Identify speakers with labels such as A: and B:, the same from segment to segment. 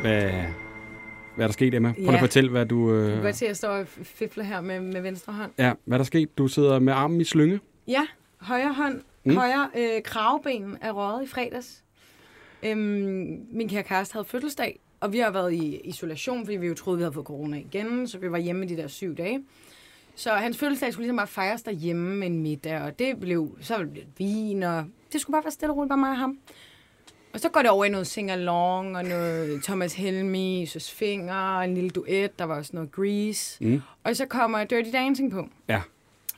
A: Hvad, hvad er der sket, Emma? Prøv ja.
B: Ja.
A: at fortælle, hvad du...
B: Du kan
A: Øh,
B: godt se, at jeg står og f- fifler her med, med venstre hånd.
A: ja, hvad er der sket? Du sidder med armen i slynge.
B: Ja, højre hånd,
A: Mm.
B: mm. højre øh, kravben er røget i fredags. Øhm, min kære kæreste havde fødselsdag, og vi har været i isolation, fordi vi jo troede, vi havde fået corona igen, så vi var hjemme de der syv dage. Så hans fødselsdag skulle ligesom bare fejres derhjemme med en middag, og det blev, så blev det vin, og det skulle bare være stille og roligt, bare mig og ham. Og så går det over i noget sing-along, og noget Thomas Helmi, Søs Finger, og en lille duet, der var også noget Grease.
A: Mm.
B: Og så kommer Dirty Dancing på.
A: Ja.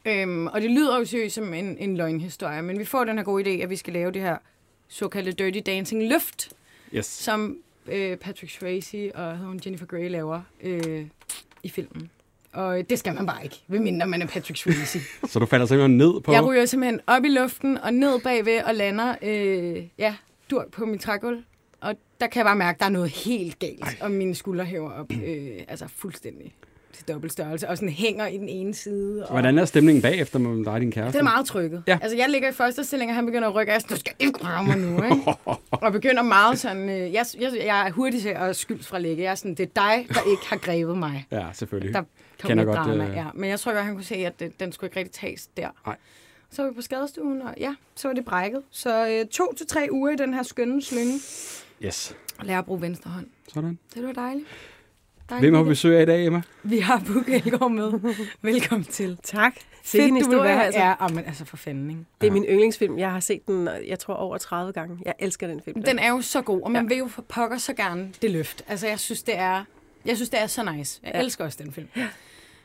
B: Øhm, og det lyder jo seriøst som en, en løgnhistorie, men vi får den her gode idé, at vi skal lave det her såkaldte Dirty Dancing løft,
A: Yes.
B: som øh, Patrick Swayze og hedder hun Jennifer Grey laver øh, i filmen. Og øh, det skal man bare ikke, ved mindre man er Patrick Swayze.
A: Så du falder simpelthen ned på...
B: jeg ryger simpelthen op i luften og ned bagved og lander øh, ja, dur på min trægulv. Og der kan jeg bare mærke, at der er noget helt galt, Ej. og mine skuldre hæver op øh, altså fuldstændig til dobbelt størrelse, og sådan hænger i den ene side. Og...
A: Hvordan er stemningen bagefter med dig og din kæreste?
B: Det er meget trykket.
A: Ja.
B: Ja. Altså, jeg ligger i første stilling, og han begynder at rykke. Jeg er sådan, du skal ikke røre mig nu, ikke? og begynder meget sådan... Øh, jeg, jeg, jeg er hurtig til at skylde fra lægge. Jeg er sådan, det er dig, der ikke har grebet mig.
A: Ja, selvfølgelig.
B: Der kom
A: Kender
B: noget
A: godt,
B: drama,
A: øh.
B: ja. Men jeg tror godt, han kunne se, at øh, den skulle ikke rigtig tages der.
A: Nej.
B: Så var vi på skadestuen, og ja, så var det brækket. Så øh, to til tre uger i den her skønne slynge.
A: Yes.
B: Og lære at bruge venstre hånd.
A: Sådan.
B: Det var dejligt. dejligt
A: Hvem har vi besøg af i dag, Emma?
B: vi har Bukke Elgaard med. Velkommen til.
C: Tak.
B: Fedt,
C: Sikke en
B: du vil
C: historie,
B: være
C: altså.
B: Ja, åh, men altså for fanden, ikke?
C: Det er min yndlingsfilm. Jeg har set den, jeg tror, over 30 gange. Jeg elsker den film.
B: Den er jo så god, og man ja. vil jo for pokker så gerne det løft. Altså, jeg synes, det er, jeg synes, det er så nice. Jeg ja.
C: Ja.
B: elsker også den film.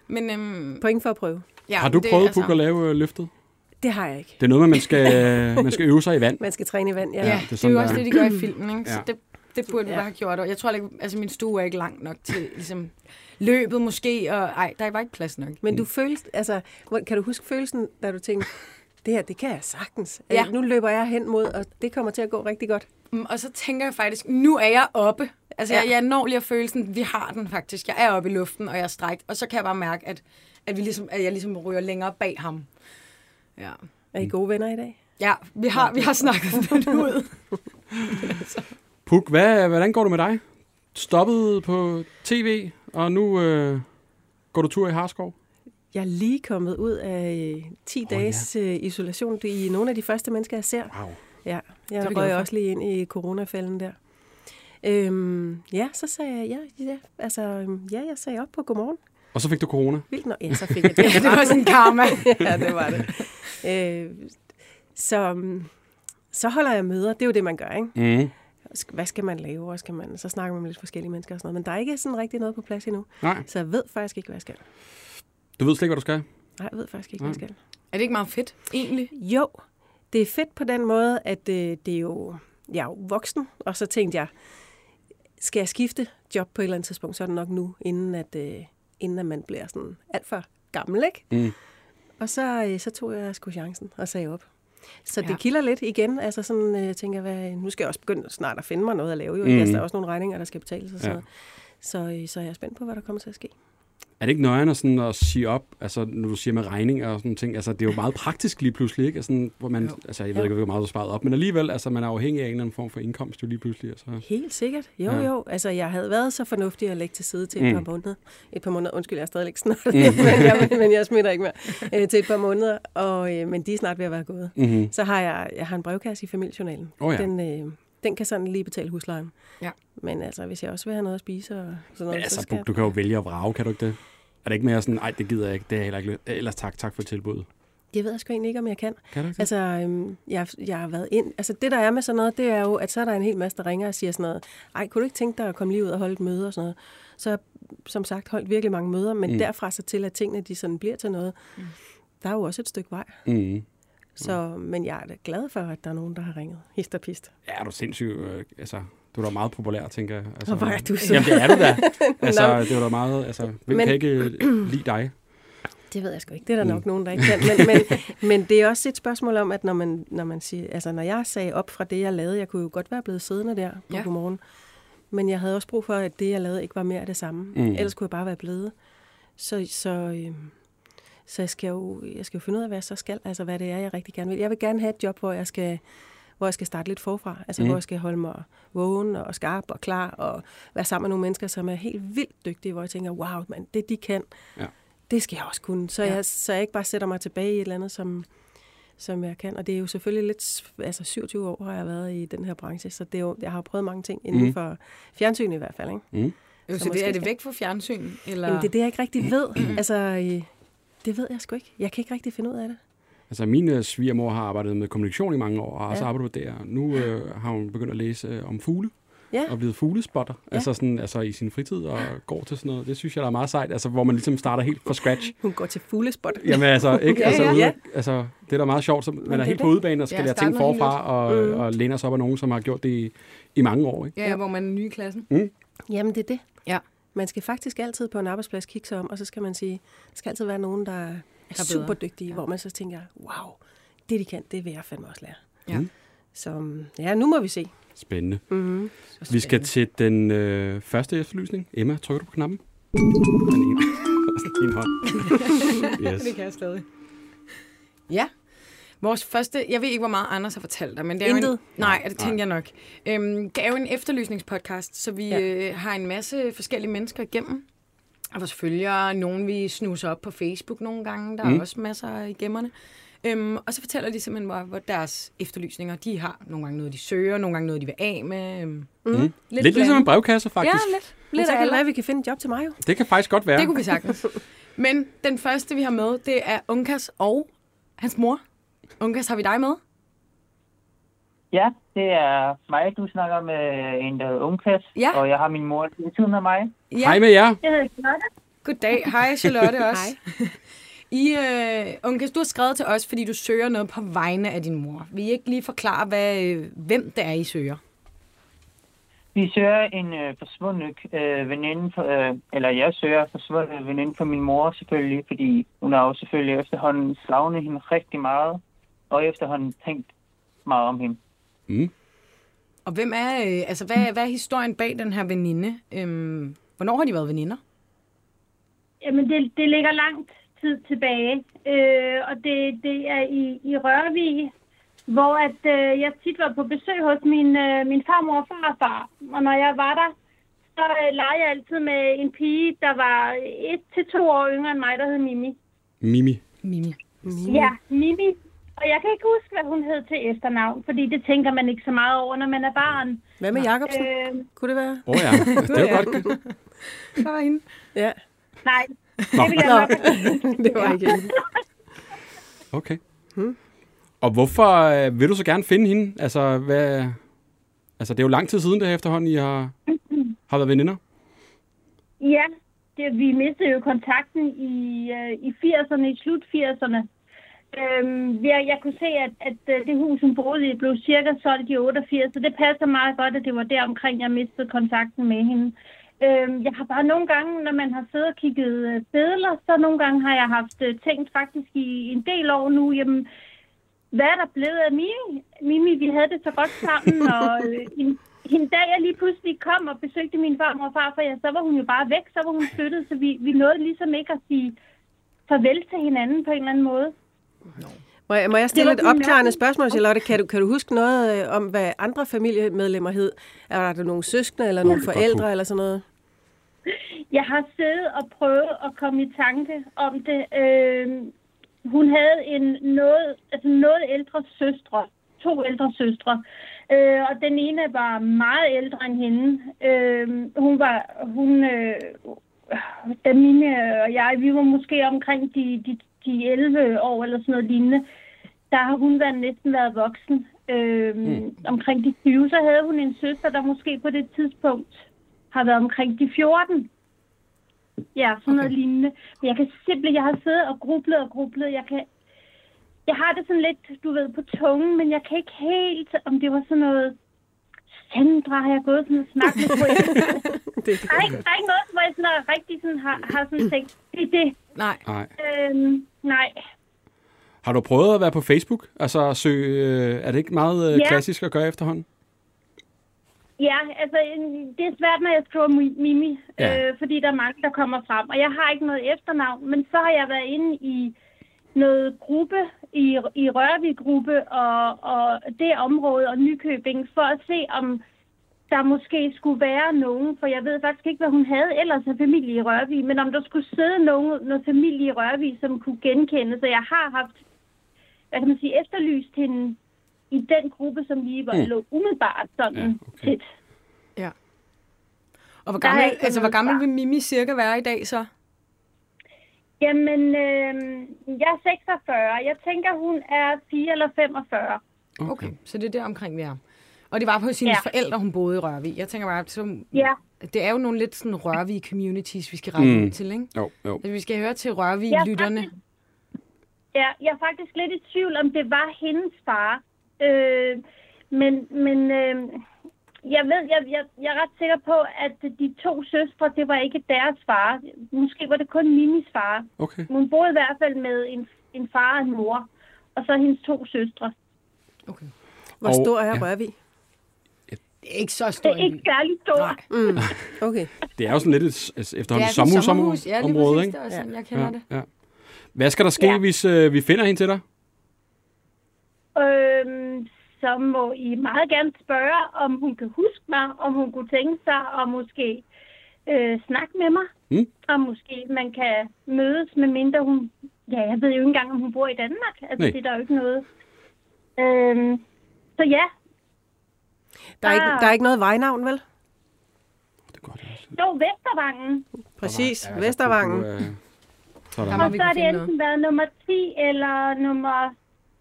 B: Men, øhm,
C: Point for at prøve.
B: ja,
A: Har du
B: det,
A: prøvet, altså... at lave øh, løftet?
C: Det har jeg ikke.
A: Det er noget med, man skal, øh, man skal øve sig i vand.
C: Man skal træne i vand, ja.
B: Ja, ja
A: det er
B: det, er
A: sådan,
B: jo
A: der
B: også
A: er.
B: det, de gør i filmen, ikke?
A: Ja.
B: Så det, det burde vi
C: Ja.
B: bare have gjort. Og jeg tror ikke, altså min stue er ikke lang nok til ligesom, løbet måske, og ej, der var ikke plads nok.
C: Men du følte, altså, hvor- kan du huske følelsen, da du tænkte, det her, det kan jeg sagtens.
B: Ja.
C: Ja. Nu løber jeg hen mod, og det kommer til at gå rigtig godt.
B: Mm, Og så tænker jeg faktisk, nu er jeg oppe. Altså,
C: Ja.
B: ja. jeg, jeg når lige at følelsen, vi har den faktisk. Jeg er oppe i luften, og jeg er strækt. Og så kan jeg bare mærke, at, at, vi ligesom, at jeg ligesom ryger længere bag ham. Ja.
C: Er I gode venner i dag?
B: Ja, vi har, vi har snakket lidt ud.
A: Puk, hvad, hvordan går det med dig? Stoppet på tv, og nu øh, går du tur i Harskov?
C: Jeg er lige kommet ud af øh, 10 oh,
A: ja.
C: dages ja. isolation. Du er nogle af de første mennesker, jeg ser.
A: Wow.
C: Ja,
B: er vi
C: jeg
B: glade
C: røg
B: for.
C: også lige ind i coronafælden der. Øhm, ja, så sagde jeg, ja, ja, altså, øhm, ja, jeg sagde op på godmorgen.
A: Og så fik du corona.
C: Vildt nok. Ja, så fik jeg det.
B: Ja, det var sådan karma.
C: ja, det var det. Øh, så, mm, så holder jeg møder. Det er jo det, man gør, ikke?
A: Mm.
C: Sk- Hvad skal man lave? Og skal man, så snakker man med lidt forskellige mennesker og sådan noget. Men der er ikke sådan rigtig noget på plads endnu.
A: Nej,
C: Så jeg ved faktisk ikke, hvad jeg skal.
A: du ved slet ikke, hvad du skal.
C: Nej, jeg ved faktisk ikke, hvad jeg
B: Mm.
C: skal.
B: Er det ikke meget fedt, egentlig?
C: Jo, det er fedt på den måde, at øh, det er jo, jeg er jo voksen, og så tænkte jeg, skal jeg skifte job på et eller andet tidspunkt, så er det nok nu, inden at, øh, inden at man bliver sådan alt for gammel, ikke?
A: Mm.
C: Og så, øh, så tog jeg sgu chancen og sagde op. Så det
B: Ja.
C: kilder lidt igen. Altså sådan, øh, jeg tænker, hvad, nu skal jeg også begynde snart at finde mig noget at lave. Jo. Mm.
A: Mm.
C: Der er også nogle regninger, der skal betales og
A: Ja.
C: sådan noget. Så, øh, så er jeg spændt på, hvad der kommer til at ske.
A: Er det ikke nøjeren at, sådan, at sige op, altså, når du siger med regninger og sådan nogle ting? Altså, det er jo meget praktisk lige pludselig, ikke? Altså, hvor man,
B: Jo.
A: altså, jeg ved ikke, hvor meget du har sparet op, men alligevel, altså, man er afhængig af en eller anden form for indkomst jo lige pludselig. Og så.
C: Helt sikkert. Jo,
A: Mm. Ja.
C: ja. jo. Altså, jeg havde været så fornuftig at lægge til side til et
A: Mm.
C: mm. par måneder. Et par måneder. Undskyld, jeg er stadigvæk snart. Mm. men, jeg, men jeg smitter ikke mere. Øh, til et par måneder. Og, øh, men de er snart ved at være gået.
A: Mm-hmm.
C: Så har jeg, jeg har en brevkasse i familiejournalen.
A: Åh, ja.
C: den, øh, den kan sådan lige betale huslejen.
B: Ja.
C: Men altså, hvis jeg også vil have noget at spise og sådan noget,
A: Men
C: så
A: altså,
C: skal
A: Puk, du kan jo vælge at vrage, kan du ikke det? Er det ikke mere sådan, nej, det gider jeg ikke, det er jeg heller ikke, lyst- ellers tak, tak for tilbuddet.
C: Det ved jeg sgu egentlig ikke, om jeg kan.
A: Kan du ikke det?
C: Altså, øhm, jeg, jeg har været ind... Altså, det der er med sådan noget, det er jo, at så er der en hel masse, der ringer og siger sådan noget. Ej, kunne du ikke tænke dig at komme lige ud og holde et møde og sådan noget? Så har jeg, som sagt, holdt virkelig mange møder, men
A: Mm.
C: mm. derfra så til, at tingene de sådan bliver til noget, mm. der er jo også et stykke vej.
A: Mm-hmm.
C: Så, Men jeg er da glad for, at der er nogen, der har ringet. Hist og pist.
A: Ja, er du sindssyg, øh, altså, du er da meget populær, tænker jeg. Altså,
C: Hvor var du så?
A: Jamen, det er du da. Altså,
C: Nå.
A: det var da meget, altså, hvem men...
C: Men-
A: kan ikke lide dig?
C: Det ved jeg sgu ikke. Det er der mm. nok nogen, der ikke kan. Men, men, men det er også et spørgsmål om, at når man, når man siger, altså når jeg sagde op fra det, jeg lavede, jeg kunne jo godt være blevet siddende der på
B: Ja.
C: ja. morgen. Men jeg havde også brug for, at det, jeg lavede, ikke var mere af det samme.
A: Mm.
C: Mm. Ellers kunne jeg bare være blevet. Så, så, øh, så jeg, skal jo, jeg skal jo finde ud af, hvad jeg så skal. Altså, hvad det er, jeg rigtig gerne vil. Jeg vil gerne have et job, hvor jeg skal, hvor jeg skal starte lidt forfra. Altså,
A: Mm.
C: mm. hvor jeg skal holde mig vågen og skarp og klar og være sammen med nogle mennesker, som er helt vildt dygtige, hvor jeg tænker, wow, man, det de kan,
A: Ja.
C: det skal jeg også kunne. Så,
B: Ja.
C: ja. jeg, så jeg ikke bare sætter mig tilbage i et eller andet, som, som jeg kan. Og det er jo selvfølgelig lidt... s- Altså 27 år har jeg været i den her branche, så det er jo, jeg har jo prøvet mange ting inden
A: Mm.
C: mm. for fjernsyn i hvert fald. Ikke?
A: Mm.
B: Jo,
C: Så
B: så det,
C: måske
B: er det
C: skal-
B: væk fra fjernsyn? Eller?
C: Jamen, det er det, jeg ikke rigtig ved. altså, øh, det ved jeg sgu ikke. Jeg kan ikke rigtig finde ud af det.
A: Altså, min øh, svigermor har arbejdet med kommunikation i mange år, og har også
C: Ja.
A: arbejdet der. Nu øh, har hun begyndt at læse øh, om fugle,
C: Ja,
A: og blevet fuglespotter, ja.
C: Ja.
A: altså, sådan, altså i sin fritid, og går til sådan noget. Det synes jeg, der er meget sejt, altså, hvor man ligesom starter helt fra scratch.
C: hun går til fuglespot.
A: Jamen altså, ikke?
C: Ja,
A: Altså,
C: ja.
A: Ude, altså det er da meget sjovt, så man
C: det
A: er
C: er
A: helt
C: det.
A: på udebane og skal
B: Ja,
A: ja, lære
B: starte
A: ting
B: noget helt
A: forfra, og, mm. og læner sig op af nogen, som har gjort det i, i mange år, ikke?
B: Ja, ja, hvor man er ny i klassen.
C: Jamen, det er det.
B: Ja.
C: Man skal faktisk altid på en arbejdsplads kigge sig om, og så skal man sige, der skal altid være nogen, der er,
B: bedre.
C: er super dygtige, ja. hvor man så tænker, wow, det de kan, det vil jeg fandme også lære.
B: Ja.
A: Mm.
C: Så ja, nu må vi se.
A: Spændende.
C: Mm-hmm.
B: Så
A: Vi skal
B: spændende.
A: til den øh, første efterlysning. Emma, trykker du på knappen? Den ene. Din hånd. Yes.
B: Det kan jeg stadig. Ja. Vores første, jeg ved ikke, hvor meget Anders har fortalt dig, men det er Jo en,
C: Intet.
B: nej, det tænker jeg nok. Øhm, det er jo en efterlysningspodcast, så vi ja.
C: Ja.
B: øh, har en masse forskellige mennesker igennem. Og vores følgere, nogen vi snuser op på Facebook nogle gange, der mm.
A: Mm.
B: er også masser i gemmerne. Øhm, og så fortæller de simpelthen, hvor, hvor deres efterlysninger, de har nogle gange noget, de søger, nogle gange noget, de vil af med. Øhm,
A: Mm. Lidt, lidt ligesom en brevkasse, faktisk.
B: Ja, lidt.
C: Lidt
B: så
C: af
B: kan
C: alt,
B: det
C: hvad vi kan finde et job til mig jo.
A: Det kan faktisk godt være.
B: Det kunne vi sagtens. Men den første, vi har med, det er Unkas og hans mor. Unkas, har vi dig med?
D: Ja, det er mig, du snakker med en, der hedder Ungkat,
B: Ja.
D: og jeg har min mor lige ved siden af mig.
B: Ja.
A: Hej med jer.
D: Jeg hedder Charlotte.
B: Goddag. Hej, Charlotte også. Hej. I, øh, Unkas, du har skrevet til os, fordi du søger noget på vegne af din mor. Vil I ikke lige forklare, hvad, øh, hvem det er, I søger?
D: Vi søger en øh, forsvundet øh, veninde, for, øh, eller jeg søger en forsvundet veninde for min mor selvfølgelig, fordi hun har jo selvfølgelig efterhånden savnet hende rigtig meget, og efterhånden tænkt meget om hende.
B: Og hvem er, øh, altså, hvad, hvad er historien bag den her veninde? Øhm, hvornår har de været veninder?
E: Jamen, det, det ligger langt tid tilbage, øh, og det, det er i, i Rørvig, hvor at, øh, jeg tit var på besøg hos min, øh, min farmor og farfar. Og når jeg var der, så øh, legede jeg altid med en pige, der var et til to år yngre end mig, der hed Mimi.
A: Mimi.
B: Mimi.
C: Mm.
E: Ja, Mimi. Og jeg kan ikke huske, hvad hun hed til efternavn, fordi det tænker man ikke så meget over, når man er barn.
C: Hvad med Jacobsen? Øh.
E: Øh,
C: Kunne det være?
A: Åh oh, ja, det er jo godt.
B: Der var hende.
C: Ja.
E: nej,
A: Nå,
E: det vil jeg
C: Nå.
E: nok
C: det var ikke hende.
A: okay.
B: Hmm.
A: Og hvorfor øh, vil du så gerne finde hende? Altså, hvad... Altså, det er jo lang tid siden, det her efterhånden, I har, har været veninder.
E: Ja, det, vi mistede jo kontakten i, øh, i 80'erne, i slut 80'erne. Øhm, jeg, jeg kunne se, at, at øh, det hus, hun boede i, blev cirka solgt i 88, så det passer meget godt, at det var der omkring, jeg mistede kontakten med hende. Øhm, jeg har bare nogle gange, når man har siddet og kigget øh, billeder, så nogle gange har jeg haft øh, tænkt faktisk i en del år nu, jamen, hvad er der blevet af Mimi? Mimi, vi havde det så godt sammen, og øh, en, en dag jeg lige pludselig kom og besøgte min farmor og farfar, ja, så var hun jo bare væk, så var hun flyttet, så vi, vi nåede ligesom ikke at sige farvel til hinanden på en eller anden måde.
C: Må jeg, må jeg stille
E: Det
C: et
E: var min
C: opklarende
E: mærke.
C: spørgsmål, Charlotte? Kan du, kan du huske noget øh, om, hvad andre familiemedlemmer hed? Er der nogle søskende eller nogle
A: det godt
C: forældre
A: kunne.
C: eller sådan noget?
E: Jeg har siddet og prøvet at komme i tanke om det. Øh, hun havde en noget, altså noget ældre søstre, to ældre søstre, øh, og den ene var meget ældre end hende. Øh, hun var, hun, øh, da mine og jeg, vi var måske omkring de, de, de 11 år eller sådan noget lignende, der har hun været, næsten været voksen. Øh, mm. Omkring de 20, så havde hun en søster, der måske på det tidspunkt har været omkring de 14. Ja, sådan noget lignende. Men jeg kan simpelthen, jeg har siddet og grublet og grublet. Jeg kan, jeg har det sådan lidt, du ved, på tungen, men jeg kan ikke helt, om det var sådan noget, Sandra har jeg gået sådan og snakket med på.
C: Det,
E: Der er ikke, der er ikke noget, hvor jeg sådan er rigtig sådan har, har sådan tænkt, det er det,
B: Nej.
A: Nej.
E: Øhm, nej.
A: Har du prøvet at være på Facebook? Altså, søge, øh, er det ikke meget øh,
E: Ja.
A: klassisk at gøre efterhånden?
E: Ja, altså en- det er svært, når jeg skriver mi- Mimi,
A: Ja.
E: ja. øh, fordi der er mange, der kommer frem. Og jeg har ikke noget efternavn, men så har jeg været inde i noget gruppe, i, i Rørvig-gruppe og, og det område og Nykøbing, for at se, om der måske skulle være nogen, for jeg ved faktisk ikke, hvad hun havde ellers af familie i Rørvig, men om der skulle sidde nogen, noget familie i Rørvig, som kunne genkende. Så jeg har haft, hvad kan man sige, efterlyst hende i den gruppe, som lige var,
A: Mm.
E: mm. lå umiddelbart sådan
A: Ja,
E: ja,
A: okay.
E: okay. tæt.
B: Og hvor
E: Der er
B: gammel,
E: ikke
B: altså, hvor
E: noget
B: gammel
E: svar.
B: vil Mimi cirka være i dag så?
E: Jamen, øh, jeg er 46. Jeg tænker, hun er 4 eller 45.
B: Okay. okay. Så det er der omkring, vi er. Og det var på sine ja.
E: Ja.
B: forældre, hun boede i Rørvig. Jeg tænker bare, så,
E: Ja,
B: det er jo nogle lidt sådan Rørvig communities, vi skal række
A: Mm.
B: mm. til, ikke?
A: Jo, jo.
B: Altså, vi skal høre til
E: Ja,
B: Rørvig-lytterne.
E: faktisk. ja, jeg er faktisk lidt i tvivl, om det var hendes far. Øh, men men øh, jeg ved, jeg, jeg, jeg er ret sikker på, at de to søstre, det var ikke deres far. Måske var det kun Mimis far.
A: Okay.
E: Hun boede i hvert fald med en, en far og en mor, og så hendes to søstre.
B: Okay.
C: Hvor
A: Og-
C: stor er
A: ja.
C: Rørvig?
B: Det er ikke så
E: Det
B: stor
E: er
B: en
E: ikke
B: by.
E: særlig stor.
B: Nej.
C: Okay.
A: Det er jo sådan lidt et, altså,
B: Det
A: efterhånden
B: er
A: et
B: sådan et
A: sommerhus,
B: sommerhus.
A: sommerhus
B: Ja, lige
A: område,
B: præcis.
A: ikke?
B: Det var sådan, jeg kender det.
A: ja. Hvad skal der ske, ja.
E: Ja.
A: hvis øh, vi finder hende til dig?
E: Øhm, så må I meget gerne spørge, om hun kan huske mig, om hun kunne tænke sig at måske øh, snakke med mig.
A: Mm.
E: Og måske man kan mødes, med mindre hun... Ja, jeg ved jo ikke engang, om hun bor i Danmark. Altså,
A: Nej.
E: det er der jo ikke noget. Øhm, så ja,
C: Der er, ikke, der er ikke noget vejnavn, vel?
A: Det går det også.
E: jo Vestervangen.
C: Præcis.
A: Ja, altså,
C: Ja,
B: Mm.
C: Vestervangen.
A: du, øh,
B: Der
A: Sådan.
B: må
E: Og
B: vi kunne
E: så har det
B: finde noget.
E: enten været nummer 10 eller nummer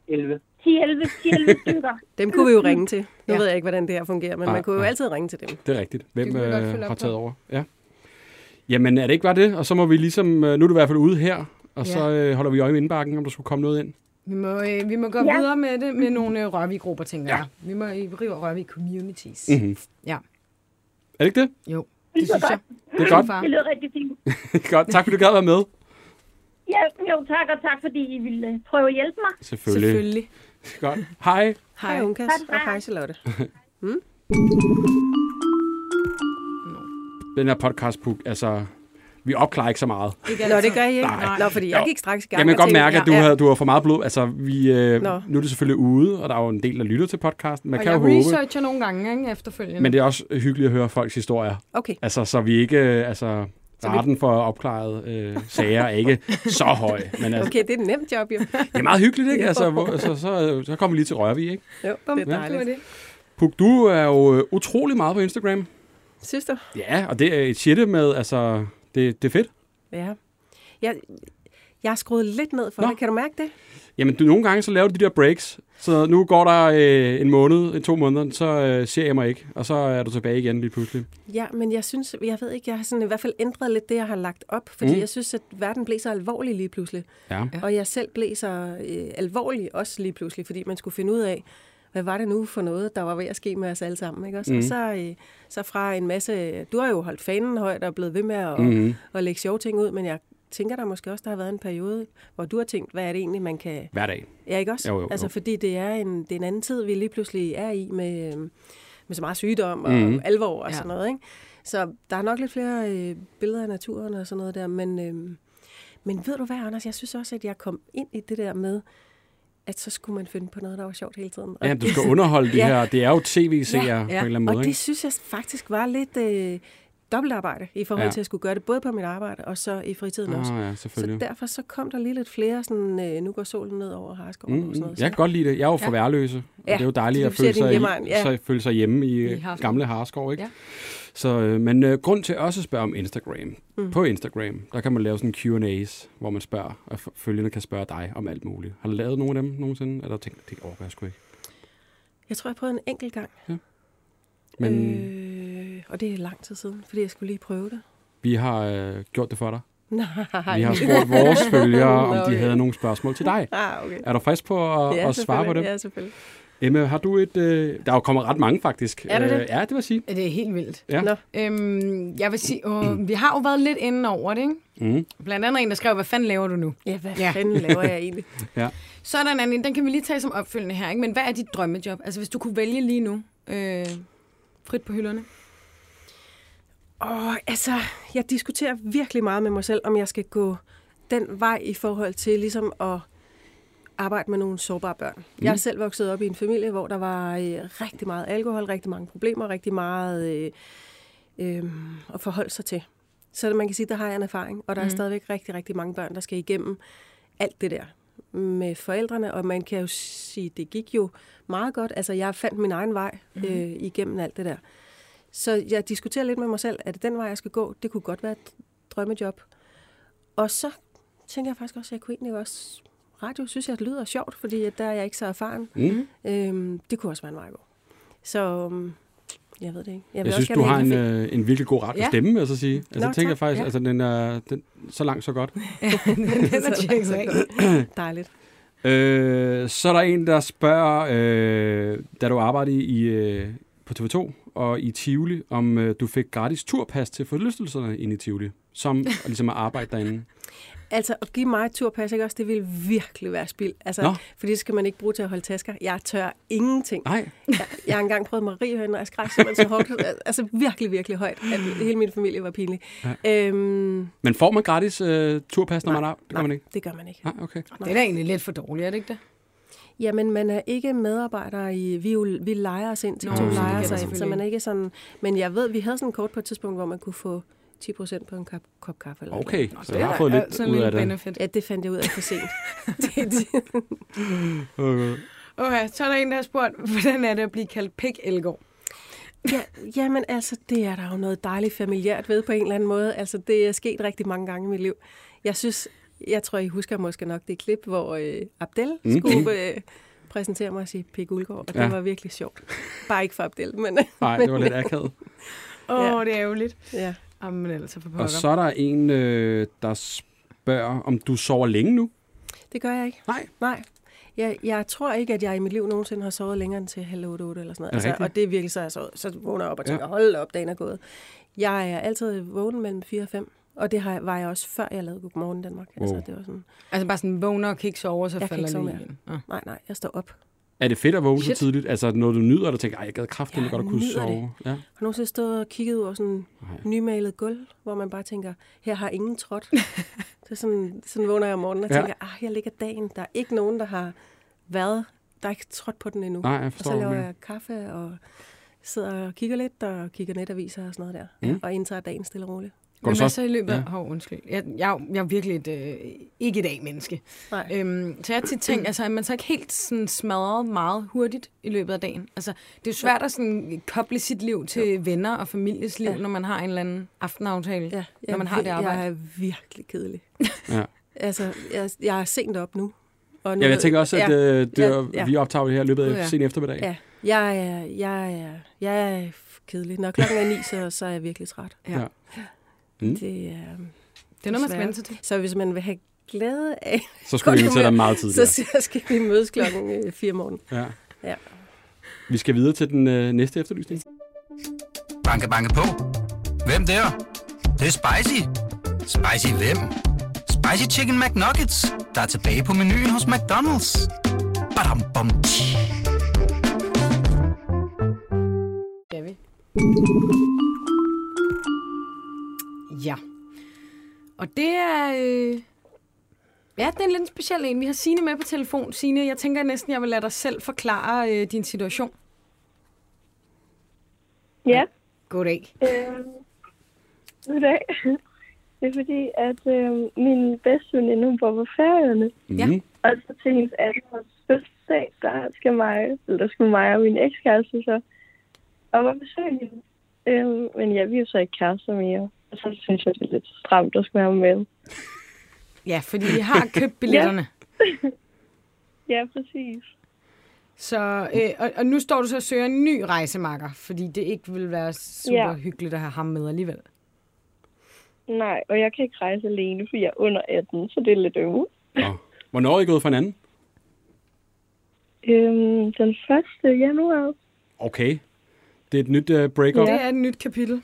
D: 11.
E: 10-11 stykker.
C: Dem kunne vi jo ringe til. Nu
B: Ja.
C: ved jeg ikke, hvordan det her fungerer, men
A: Nej,
C: man kunne jo
A: nej.
C: altid ringe til dem.
A: Det er rigtigt. Hvem
B: Det kan vi godt
A: øh,
B: følge op
A: har
B: på.
A: taget over? Ja. Jamen, er det ikke bare det? Og så må vi ligesom... øh, Nu er du i hvert fald ude her, og
B: Ja.
A: så øh, holder vi øje med indbakken, om der skulle komme noget ind.
B: Vi må, øh, vi må gå
E: Ja.
B: videre med det med nogle øh, Rørvig-grupper, tænker
A: Ja.
B: ja. jeg. Vi må i rive Rørvig-communities.
A: Mhm.
B: Ja,
A: Er det ikke det?
B: jo. Det synes jeg.
A: Det er godt.
B: Far.
E: Det lød rigtig fint.
A: godt. Tak, fordi du gad være med.
E: Ja, jo, tak, og tak, fordi I ville øh, prøve at hjælpe mig.
A: Selvfølgelig. Selvfølgelig.
B: Selvfølgelig.
A: Godt. Hej.
C: Hej, Unkas.
E: Hej,
C: Og
E: hej.
C: hej, Charlotte.
A: Den her podcast, Puk, altså... Vi opklarer ikke så meget.
B: Ikke
C: Nå,
B: altid.
C: det gør I ikke.
A: Nej.
C: Nå, fordi jeg
A: Jo.
C: gik straks i gang.
A: Jeg kan
C: og
A: godt
C: tænkte,
A: mærke, at du,
C: ja,
A: havde, du har for meget blod. Altså, vi, øh, nu
C: Nå.
A: er det selvfølgelig ude, og der er jo en del, der lytter til podcasten. Man
B: Og
A: kan jo
B: jeg
A: håbe.
B: researcher nogle gange ikke, efterfølgende.
A: Men det er også hyggeligt at høre folks historier.
C: Okay.
A: Altså, så vi ikke... øh, Altså, raten for opklaret øh, sager er ikke så høj. Men altså,
C: Okay, det er et nemt job, jo.
A: det er meget hyggeligt, ikke? Altså, hvor, så, så, så kommer vi lige til Rørvig, ikke?
C: Jo, det er
B: det var
C: dejligt.
B: det.
A: Puk, du er jo øh, utrolig meget på Instagram.
C: Synes du?
A: Ja, og det er et shit med, altså... Det, det er fedt.
C: Ja. Jeg, jeg har skruet lidt ned for
A: Nå.
C: Nå. det. Kan du mærke det?
A: Jamen, du, nogle gange så laver du de der breaks. Så nu går der øh, en måned, øh, to måneder, så øh, ser jeg mig ikke. Og så er du tilbage igen lige pludselig.
C: Ja, men jeg synes, jeg ved ikke, jeg har sådan i hvert fald ændret lidt det, jeg har lagt op, fordi
A: Mm.
C: mm. jeg synes, at verden blev så alvorlig lige pludselig.
A: Ja.
B: Ja.
C: Og jeg selv blev så øh, alvorlig også lige pludselig, fordi man skulle finde ud af, hvad var det nu for noget, der var ved at ske med os alle sammen. Ikke? Også? Mm. Og så, øh, så fra en masse... Du har jo holdt fanen højt og blevet ved med at,
A: Mhm.
C: mm. at lægge sjove ting ud, men jeg tænker, der måske også der har været en periode, hvor du har tænkt, hvad er det egentlig, man kan...
A: Hver dag.
C: Ja, ikke også?
A: Jo, jo, jo.
C: Altså, fordi det er, en, det er en anden tid, vi lige pludselig er i med, øhm, med så meget sygdom og
A: Mhm.
C: mm. alvor og
B: Ja.
C: ja. sådan noget. Ikke? Så der er nok lidt flere øh, billeder af naturen og sådan noget der. Men, øhm, men ved du hvad, Anders? Jeg synes også, at jeg kom ind i det der med, at så skulle man finde på noget, der var sjovt hele tiden. Og
A: Ja, du
C: det-
A: skal underholde det
C: Ja.
A: her. Det er jo tv-serier ja, ja.
C: Ja,
A: på en eller anden måde.
C: og
A: ikke?
C: det synes jeg faktisk var lidt øh, dobbeltarbejde i forhold
A: Ja.
C: ja. til at skulle gøre det både på mit arbejde og så i fritiden også.
A: Ah, ja,
C: Så
A: selvfølgelig.
C: derfor så kom der lige lidt flere sådan, øh, nu går solen ned over Harskoven mm, og sådan
A: Mm, mm.
C: noget.
A: Jeg kan godt lide det. Jeg er jo fra
B: Ja.
A: Værløse, og
C: Ja,
A: det er jo dejligt
C: så
A: at
C: du
A: føle
C: siger,
A: sig,
C: din hjemegn,
A: ja.
C: ja.
A: så føle sig hjemme i øh,
B: I Harskov.
A: gamle Harskov. Ikke?
B: Ja.
A: Så, øh, men øh, grund til også at spørge om Instagram. Mm. På Instagram, der kan man lave sådan Q&A's, hvor man spørger, og f- følgende kan spørge dig om alt muligt. Har du lavet nogen af dem nogensinde? Eller tænkt, det overgår jeg sgu ikke.
C: Jeg tror, jeg prøvede en enkelt gang.
A: Men øh.
C: Øh, og det er lang tid siden, fordi jeg skulle lige prøve det.
A: vi har øh, gjort det for dig.
C: Nej.
A: Vi har spurgt vores følgere, om de
C: Okay.
A: havde nogle spørgsmål til dig.
C: Ah, okay.
A: Er du frisk på at,
C: Ja,
A: at svare på
C: selvfølgelig.
A: dem?
C: Ja, selvfølgelig.
A: Emma, har du et... Øh, der er jo kommet ret mange, faktisk.
B: Er der det?
A: Øh, ja, det vil jeg sige.
B: Det er helt vildt.
A: Ja.
C: Nå.
B: Øhm, jeg vil sige, øh, vi har jo været lidt inde over det, ikke?
A: Mm.
B: Blandt andet en, der skrev, hvad fanden laver du nu?
C: Ja, hvad
B: Ja.
C: ja. fanden laver jeg egentlig?
B: Så er der en anden, den kan vi lige tage som opfølgende her, ikke? Men hvad er dit drømmejob? Altså, hvis du kunne vælge lige nu, øh, frit på hylderne.
C: Åh, altså, jeg diskuterer virkelig meget med mig selv, om jeg skal gå den vej i forhold til ligesom at arbejde med nogle sårbare børn. Mm. Jeg er selv vokset op i en familie, hvor der var øh, rigtig meget alkohol, rigtig mange problemer, rigtig meget øh, øh, at forholde sig til. Så man kan sige, der har jeg en erfaring, og der mm. er stadigvæk rigtig, rigtig mange børn, der skal igennem alt det der med forældrene, og man kan jo sige, det gik jo meget godt. Altså, jeg fandt min egen vej
A: Mhm.
C: øh, igennem alt det der. Så jeg diskuterer lidt med mig selv, er det den vej, jeg skal gå? Det kunne godt være et drømmejob. Og så tænker jeg faktisk også, at jeg kunne egentlig også... Radio synes jeg, det lyder sjovt, fordi at der er jeg ikke så erfaren.
A: Mm.
C: Øhm, det kunne også være en vej at gå. Så øhm, jeg ved det ikke. vil
A: Jeg
C: også
A: synes,
C: gerne
A: du har
C: have
A: en,
C: café.
A: øh, en virkelig god ret ja.
B: Ja.
A: stemme, vil jeg så sige. Altså,
C: Nå,
A: Nå, tænker jeg
C: tak.
A: faktisk,
C: Ja.
A: altså, den er, den, så langt, så godt.
B: den er tjekket
C: Så-
B: af.
C: så- Dejligt.
A: Øh, så er der en, der spørger, øh, da du arbejdede i, øh, på TV2 og i Tivoli, om øh, du fik gratis turpas til forlystelserne inde i Tivoli, som ligesom at arbejde derinde.
C: Altså, at give mig et turpas, ikke også? Det ville virkelig være spild. Altså,
A: Nå.
C: fordi det skal man ikke bruge til at holde tasker. Jeg tør ingenting.
A: Nej,
C: Jeg, jeg har engang prøvet mariehøn, og jeg skræk simpelthen så hårdt. Altså, virkelig, virkelig højt. At hele min familie var pinlig. Ja. Øhm,
A: men får man gratis øh, turpas, når man er Det gør
C: nej,
A: man ikke.
C: det gør man ikke.
A: Nej, okay.
B: Det er da egentlig lidt for dårligt, er det ikke det?
C: Jamen, man er ikke medarbejder i... Vi, er jo, vi leger os ind til
B: Nå,
C: to
B: det
C: leger
B: gælder
C: sig ind, så
B: selvfølgelig.
C: man er ikke sådan... Men jeg ved, vi havde sådan en kort på et tidspunkt, hvor man kunne få 10 procent på en kop, kop kaffe. Eller noget.
A: Okay, så
B: det
A: jeg
B: er
A: har fået
B: da
A: lidt
B: altså en
A: ud
B: lille
A: af det.
B: benefit.
C: Ja, det fandt jeg ud af for sent. det, det,
A: Okay.
B: Okay, så er der en, der har spurgt, hvordan er det at blive kaldt pik Elgård?
C: ja, jamen, altså, det er der jo noget dejligt familiært ved på en eller anden måde. Altså, det er sket rigtig mange gange i mit liv. Jeg synes... Jeg tror, I husker måske nok det klip, hvor øh, Abdel
A: Mm.
C: mm. skulle øh, præsentere mig og sige Pik Ulgaard, og det
A: Ja.
C: var virkelig sjovt. Bare ikke for Abdel, men
A: Nej, det var lidt akavet.
B: Åh,
C: Ja.
B: oh, det er ærgerligt.
C: ja.
B: Jamen, altså for pokker.
A: Og så er der en, øh, der spørger, om du sover længe nu?
C: Det gør jeg ikke.
A: Nej.
C: Nej. Jeg, jeg tror ikke, at jeg i mit liv nogensinde har sovet længere end til halv otte, otte eller sådan
A: Er
C: noget.
A: det
C: Altså,
A: rigtigt?
C: og det er virkelig så, jeg sovet. så vågner jeg op og
A: Ja.
C: tænker, ja. hold da op, dagen er gået. Jeg er altid vågen mellem 4 og 5, og det har, var jeg også før, jeg lavede Godmorgen Danmark. Wow.
A: Wow.
C: Altså, det var sådan,
B: Altså bare sådan, vågner og kan ikke sove, og så
C: Jeg kan
B: falder
C: ikke sove
B: det
C: mere.
B: igen. Ah.
C: nej, nej, jeg står op.
A: Er det fedt at vågne så
B: Shit.
A: tidligt? Altså noget, du nyder, og du tænker, ej, jeg gad kraftigt,
C: Jeg
A: godt at kunne
C: nyder det.
A: sove. Ja.
C: Har du nogensinde stået og kigget ud over sådan
A: Nej.
C: nymalet gulv, hvor man bare tænker, her har ingen trådt. det er sådan, sådan vågner jeg om morgenen og
A: Ja.
C: tænker, ah, her ligger dagen. Der er ikke nogen, der har været, der er ikke trådt på den endnu.
A: Nej, jeg
C: Og
A: forstår, hvad
C: så
A: du
C: laver
A: mener.
C: jeg kaffe og sidder og kigger lidt og kigger netaviser og sådan noget der.
A: Mm.
C: Mm. Og indtager dagen stille og roligt.
A: Går
B: Men
A: du
B: hvad
A: så?
B: så i løbet af...
A: Ja.
B: Ja. Oh, undskyld. Jeg, jeg, jeg er virkelig et, øh, ikke et A-menneske.
C: Nej.
B: Øhm, så jeg har tit tænkt, altså, er man så ikke helt sådan smadret meget hurtigt i løbet af dagen? Altså, det er jo svært at sådan, koble sit liv til jo. venner og families liv, ja.
C: Ja.
B: når man har en eller anden aftenaftale.
C: Ja, jeg
B: Når man har
C: er vir-
B: det arbejde.
C: Jeg er virkelig kedelig.
A: Ja.
C: Altså, jeg, jeg er sent op nu. Og nu
A: Ja, jeg tænker også, at øh, ja, det,
C: ja,
A: ja,
C: ja.
A: vi optager det her i løbet af
B: Ja.
A: sen eftermiddag.
C: Ja, jeg er, jeg er, jeg er kedelig. Når klokken er ni, så, så er jeg virkelig træt.
B: Ja.
A: Mm.
C: Det
B: Det
C: er,
B: er noget, man skal
C: Desværre.
B: vende sig til.
C: så hvis man vil have glæde af,
A: Så skulle vi
C: Godt
A: invitere dig
C: humør.
A: meget
C: så,
A: tidligere.
C: så skal vi mødes klokken øh, fire om morgenen.
A: Ja.
C: Ja.
A: Vi skal videre til den øh, næste efterlysning.
F: Banke, banke på. Hvem der? Det, det er spicy. Spicy hvem? Spicy Chicken McNuggets, der er tilbage på menuen hos McDonald's. Badum, bom, tji.
B: Skal vi? Ja. Og det er... Øh... Ja, det er en lidt speciel en. Vi har Sine med på telefon. Sine, jeg tænker næsten, jeg vil lade dig selv forklare øh, din situation.
G: Ja,
B: Goddag.
G: øh, goddag. Det er fordi, at øh, min bedste veninde, hun bor på færøerne,
A: Mm.
B: Ja.
G: og så til hendes 18 års fødselsdag, der skal mig, eller der skulle mig og min ekskæreste så op og besøge hende. Øh, men ja, vi er jo så ikke kærester mere, og så synes jeg, det er lidt stramt at skulle have ham med.
B: Ja, fordi vi har købt billetterne.
G: Ja, præcis.
B: Så, øh, og, og nu står du så og søger en ny rejsemakker, fordi det ikke vil være super
G: Ja.
B: hyggeligt at have ham med alligevel.
G: Nej, og jeg kan ikke rejse alene, fordi jeg er under 18, så det er lidt øvrigt.
A: Nå. Hvornår er I gået fra hinanden?
G: Øhm, den 1. januar.
A: Okay. Det er et nyt uh, break-up.
B: Det er et nyt kapitel.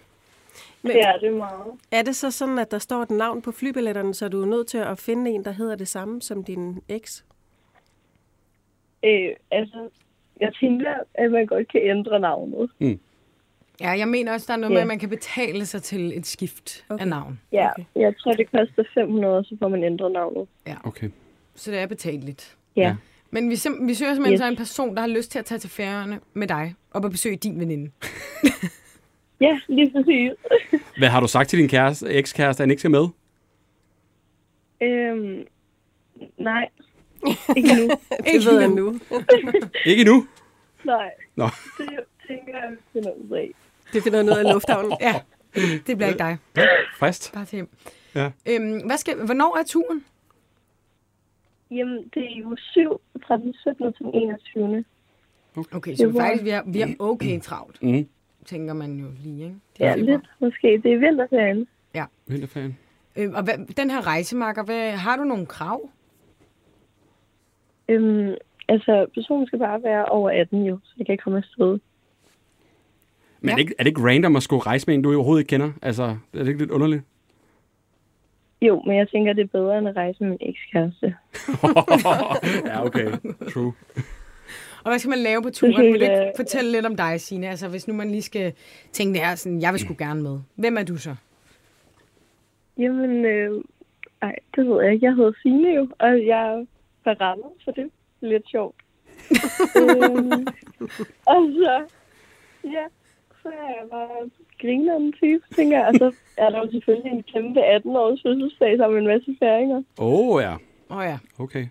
C: Men
G: Ja, det er meget.
C: er det så sådan, at der står et navn på flybilletterne, så du er nødt til at finde en, der hedder det samme som din eks?
G: Øh, altså, jeg tænker, at man godt kan ændre navnet.
B: Ja, jeg mener også, der er noget med,
G: Ja.
B: at man kan betale sig til et skift okay.
C: Okay.
B: af navn.
G: Ja,
C: Okay.
G: okay. jeg tror, det koster 500, og så får man ændret navnet.
A: Okay.
B: Så det er betaleligt.
G: Ja.
A: Ja.
G: ja.
B: Men vi, sim- vi søger simpelthen yes.
G: Yes.
B: så en person, der har lyst til at tage til færgerne med dig op og besøge din veninde.
G: Ja, lige præcis.
A: Hvad har du sagt til din kæreste, ekskæreste, at han ikke skal med?
G: øhm, nej. Ikke nu.
C: Det ved jeg nu.
A: Ikke endnu?
G: Nej.
A: Nå.
G: Det tænker jeg, vi finder ud af.
C: Det finder jeg noget af lufthavnen.
B: Ja, det bliver ikke dig.
A: Frist.
B: Bare til hjem.
A: Ja.
B: Øhm, hvad skal, hvornår er turen?
G: Jamen, det er jo 7 fra den 17. til den 21.
B: Okay, så
G: Det var-
B: faktisk, vi er, vi er okay travlt,
A: Mm.
B: tænker man jo lige, ikke? Det er
G: Ja,
B: februar.
G: lidt måske. Det er vinterferien.
A: Vinterferien.
B: Øhm, og hvad, den her rejsemarker, hvad, har du nogle krav?
G: Øhm, altså, personen skal bare være over 18 jo, så det kan ikke komme afsted.
A: Men er,
B: Ja.
A: det ikke, er det ikke random at skulle rejse med en, du overhovedet ikke kender? Altså, er det ikke lidt underligt?
G: Jo, men jeg tænker, det er bedre end at rejse med min ekskæreste.
A: ja, okay. True.
B: Og hvad skal man lave på
G: Det er
B: turen? Vil
G: helt,
B: du ikke
G: øh,
B: fortælle lidt om dig, Signe? Altså, hvis nu man lige skal tænke det her, sådan, jeg vil
A: Mm.
B: sgu gerne med. Hvem er du så?
G: Jamen, øh, ej, det ved jeg ikke. Jeg hedder Signe jo, og jeg er fra Randers, så det er lidt sjovt. øhm, og så, ja, så er jeg bare grineren type, tænker jeg. Og så er der jo selvfølgelig en kæmpe 18-års fødselsdag sammen med en masse færinger.
A: Åh, oh, ja.
B: Åh oh, ja,
A: Okay.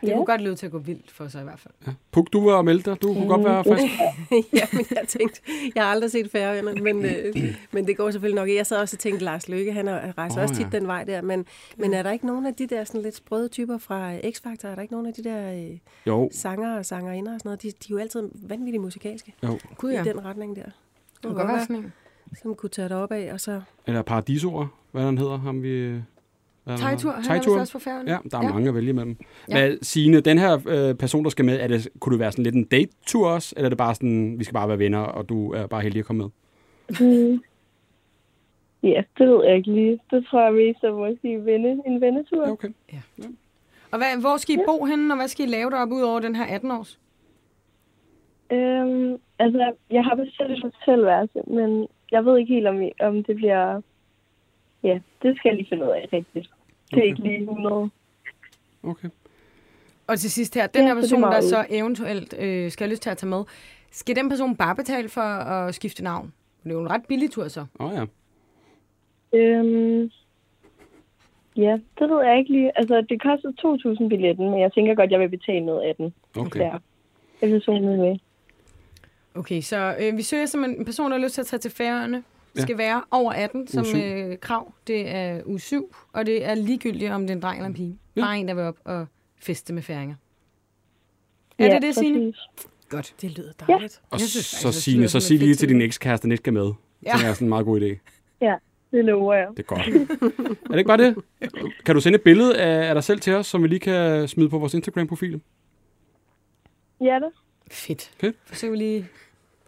B: det
G: Ja.
B: kunne godt lyde til at gå vildt for sig i hvert fald.
A: Puk, du var meldt dig. Du kunne godt
B: Mm.
A: være frisk.
C: ja, men jeg tænkte, jeg har aldrig set færøerne, men, øh, men det går selvfølgelig nok. Jeg sad også og tænkte, Lars Løkke, han er- rejser
A: Åh,
C: oh, også tit
A: ja.
C: ja. den vej der, men, men er der ikke nogen af de der sådan lidt sprøde typer fra øh, X-Factor? Er der ikke nogen af de der øh,
A: Jo,
C: sanger og sangerinder og sådan noget? De, de er jo altid vanvittigt musikalske
A: jo.
B: Gud
C: ja.
B: ja,
C: i
B: det
C: den retning der. Det
B: kunne godt være sådan en.
C: som kunne tage dig op af, og så...
A: Eller Paradisoer, hvad han hedder, ham vi... øh, Hvad han
B: Tejtur,
A: hedder?
B: han er vist også fra færgerne.
A: Ja, der er ja.
B: Ja.
A: mange at vælge imellem.
B: Ja.
A: Ja. Men Signe, den her øh, person, der skal med, er det, kunne det være sådan lidt en date-tur også? Eller er det bare sådan, vi skal bare være venner, og du er bare heldig at komme med?
G: Mm. Ja, det ved jeg ikke lige. Det tror jeg mest er måske vende, en vennetur.
A: Ja, okay.
B: Og hvad, hvor skal I bo henne, og hvad skal I lave deroppe ud over den her 18-års?
G: Øhm, altså, jeg har bestilt et hotelværelse, men jeg ved ikke helt, om, I- om det bliver... Ja, det skal jeg lige finde ud af rigtigt. Det er ikke lige 100.
A: okay.
B: Og til sidst her, den her
G: Ja, så det er
B: person, der
G: meget
B: så eventuelt øh, skal have lyst til at tage med, skal den person bare betale for at skifte navn? Det er jo en ret billig tur så.
A: Åh oh, ja.
G: Øhm, ja, det ved jeg ikke lige. Altså, det koster 2.000 billetten, men jeg tænker godt, jeg vil betale noget af den.
A: Okay.
G: Ja. Jeg vil zoome med.
B: Okay, så øh, vi søger simpelthen en person, der har lyst til at tage til færøerne.
A: Ja.
B: Ja. skal være over 18 som
A: syv.
B: øh, krav. Det er u 7, og det er ligegyldigt, om det er en dreng eller en pige.
A: Ja.
B: Ja. Bare en, der vil op og feste med færinger. Er det det, Signe? Godt.
C: Det lyder dejligt.
A: Og
B: Jeg synes
A: så,
B: faktisk, det
A: Signe,
B: lyder
A: så
B: som en
A: sig
B: fed
A: lige til
B: tur.
A: din ekskæreste, den ikke skal med. Ja.
B: Ja.
A: Det er sådan en meget god idé.
G: Det lover jeg.
A: Det er godt. er det ikke bare det? Kan du sende et billede af, af dig selv til os, som vi lige kan smide på vores Instagram-profil?
G: Ja, da.
B: Fedt.
A: Fedt.
B: Så kan vi lige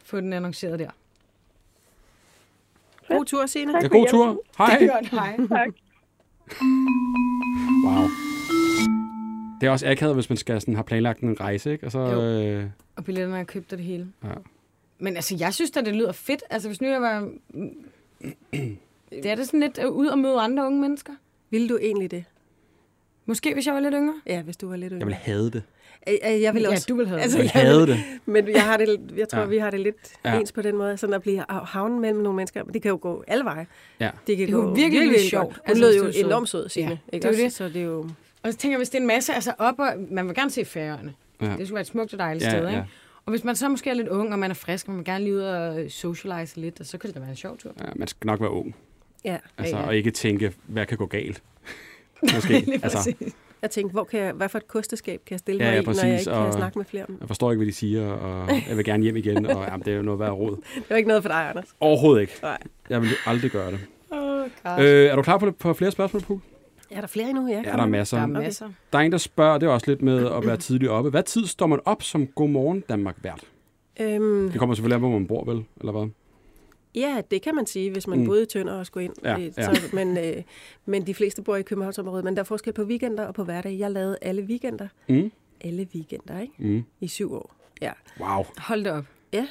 B: få den annonceret der.
C: Ja. God tur, Signe.
A: Ja,
G: Tak.
A: god tur. Hej.
B: hej.
G: Tak.
A: Wow. Det er også akavet, hvis man skal sådan, har planlagt en rejse, ikke? Og så,
B: Jo.
A: øh,
B: Og billetterne er købt og det hele.
A: Ja.
B: Men altså, jeg synes da, det lyder fedt. Altså, hvis nu jeg var... Det er da sådan lidt øh, ud og møde andre unge mennesker.
C: Ville du egentlig det?
B: Måske, hvis jeg var lidt yngre.
C: Ja, hvis du var lidt
A: jeg vil
C: yngre.
A: have det.
C: Jeg, jeg vil
B: Ja,
C: også.
B: du vil have det.
A: Jeg
C: altså,
A: vil
C: jeg
A: have det.
C: Men jeg, har det, lidt- jeg tror,
A: Ja.
C: ja. vi har det lidt
A: Ja.
C: ja. ens på den måde, sådan at blive havnen mellem nogle mennesker. Men Det kan jo gå alle veje.
A: Ja.
C: Det kan
B: Det
C: gå
B: kunne virkelig
C: virkelig,
B: blive
C: virkelig
B: sjovt.
C: godt. Hun
B: Altså,
C: lød
B: hvis
C: jo
B: du er sød.
C: enormt sød, Signe.
B: Ja,
C: ikke
B: det er jo
C: også?
B: det.
C: Så det er jo...
B: Og så tænker jeg, hvis det er en masse, altså op og... Man vil gerne se færøerne.
A: Ja.
B: Det skulle være et smukt og dejligt
A: Ja,
B: sted,
A: ja.
B: ikke? Og hvis man så måske er lidt ung, og man er frisk, og man vil gerne lige ud og øh, socialize lidt, og så kan det da være en sjov tur.
A: Ja, man skal nok være ung.
C: Ja.
A: Altså,
B: Ja, ja.
A: Og ikke tænke, hvad kan gå galt? Måske. altså,
B: præcis.
C: Jeg tænkte, hvor kan jeg, hvad for et kosteskab kan jeg stille
A: Ja,
C: ja, mig
A: ja,
C: i, når jeg
A: præcis,
C: ikke
A: og-
C: kan snakke med flere om det?
A: jeg forstår ikke, hvad de siger, og jeg vil gerne hjem igen, og jamen, det er jo noget værd råd.
C: Det var ikke noget for dig, Anders.
A: Overhovedet ikke.
C: Nej.
A: Jeg vil aldrig gøre det.
B: Åh, oh,
A: Øh, er du klar på, på flere spørgsmål, Puk?
C: Er der flere endnu? Ja,
A: Ja, der er masser.
B: Der er
A: Der
B: masser.
A: er en, der spørger, det er også lidt med at være tidligt oppe. Hvad tid står man op som Godmorgen Danmark vært?
C: Øhm,
A: Det kommer selvfølgelig af, hvor man bor, vel? Eller hvad?
C: ja, det kan man sige, hvis man
A: Mm.
C: mm. boede i Tønder og skulle ind.
A: Ja,
C: Øh,
A: ja.
C: Så, men, øh, men de fleste bor i Københavnsområdet. Men der er forskel på weekender og på hverdage. Jeg lavede alle weekender.
A: Mm.
C: Alle weekender, ikke?
A: Mm.
C: I syv år. Ja,
A: Wow.
B: Hold da op.
C: ja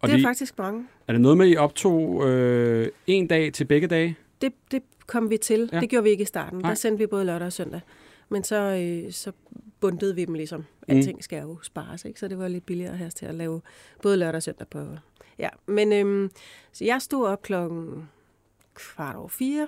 A: Og
C: det er
A: det,
C: faktisk mange.
A: er det noget med, at I optog øh, en dag til begge dage?
C: Det, det kom vi til.
A: Ja.
C: Ja. Det gjorde vi ikke i starten.
A: Nej.
C: Der sendte vi både lørdag og søndag. Men så, øh, så bundede vi dem
A: Mm.
C: ligesom. Alting skal jo spares, ikke? så det var lidt billigere her til at lave både lørdag og søndag på. Ja, men øhm, så jeg stod op klokken kvart over fire,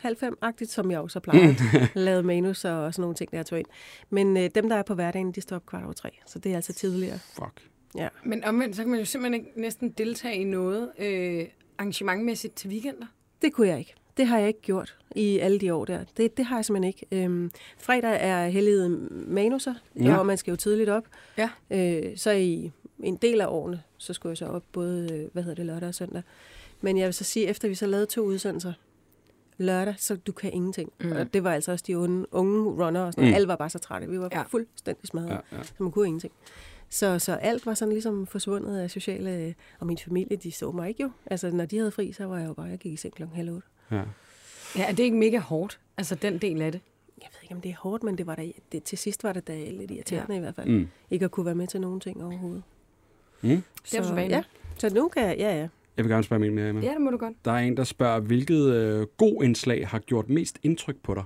C: halv fem-agtigt, som jeg også plejer.
A: Mm.
C: lavede manus og sådan nogle ting, der jeg tog ind. Men øh, dem, der er på hverdagen, de står op kvart over tre, så det er altså tidligere.
A: Fuck.
C: Ja.
B: Men omvendt, så kan man jo simpelthen ikke næsten deltage i noget øh, arrangementmæssigt til weekender.
C: Det kunne jeg ikke. Det har jeg ikke gjort i alle de år der. Det, det har jeg simpelthen ikke. Øhm, fredag er helligede manuser,
A: Ja.
C: ja. og man skal jo tidligt op.
B: Ja.
C: Øh, så i en del af årene, så skulle jeg så op både, øh, hvad hedder det, lørdag og søndag. Men jeg vil så sige, efter vi så lavede to udsendelser lørdag, så du kan ingenting. Mm. Og det var altså også de unge, unge runner og sådan mm. Alle var bare så trætte. Vi var
B: Ja.
C: ja. fuldstændig smadret.
A: Ja,
C: Ja,
A: ja.
C: ja. Så man kunne ingenting. Så, så alt var sådan ligesom forsvundet af sociale... Og min familie, de så mig ikke jo. Altså, når de havde fri, så var jeg jo bare... Jeg gik i seng klokken halv otte.
A: Ja.
B: Ja, er det ikke mega hårdt? Altså den del af det.
C: Jeg ved ikke, om det er hårdt, men det var da, det, til sidst var det da lidt irriterende ja. i hvert fald.
A: Mm.
C: Mm. Ikke at kunne være med til nogen ting overhovedet.
A: Mm.
B: er du
C: Så,
B: tilbage nu.
C: ja. så nu kan jeg... Ja, ja.
A: Jeg vil gerne spørge mig mere, Emma.
B: Ja, det må du godt.
A: Der er en, der spørger, hvilket øh, god indslag har gjort mest indtryk på dig?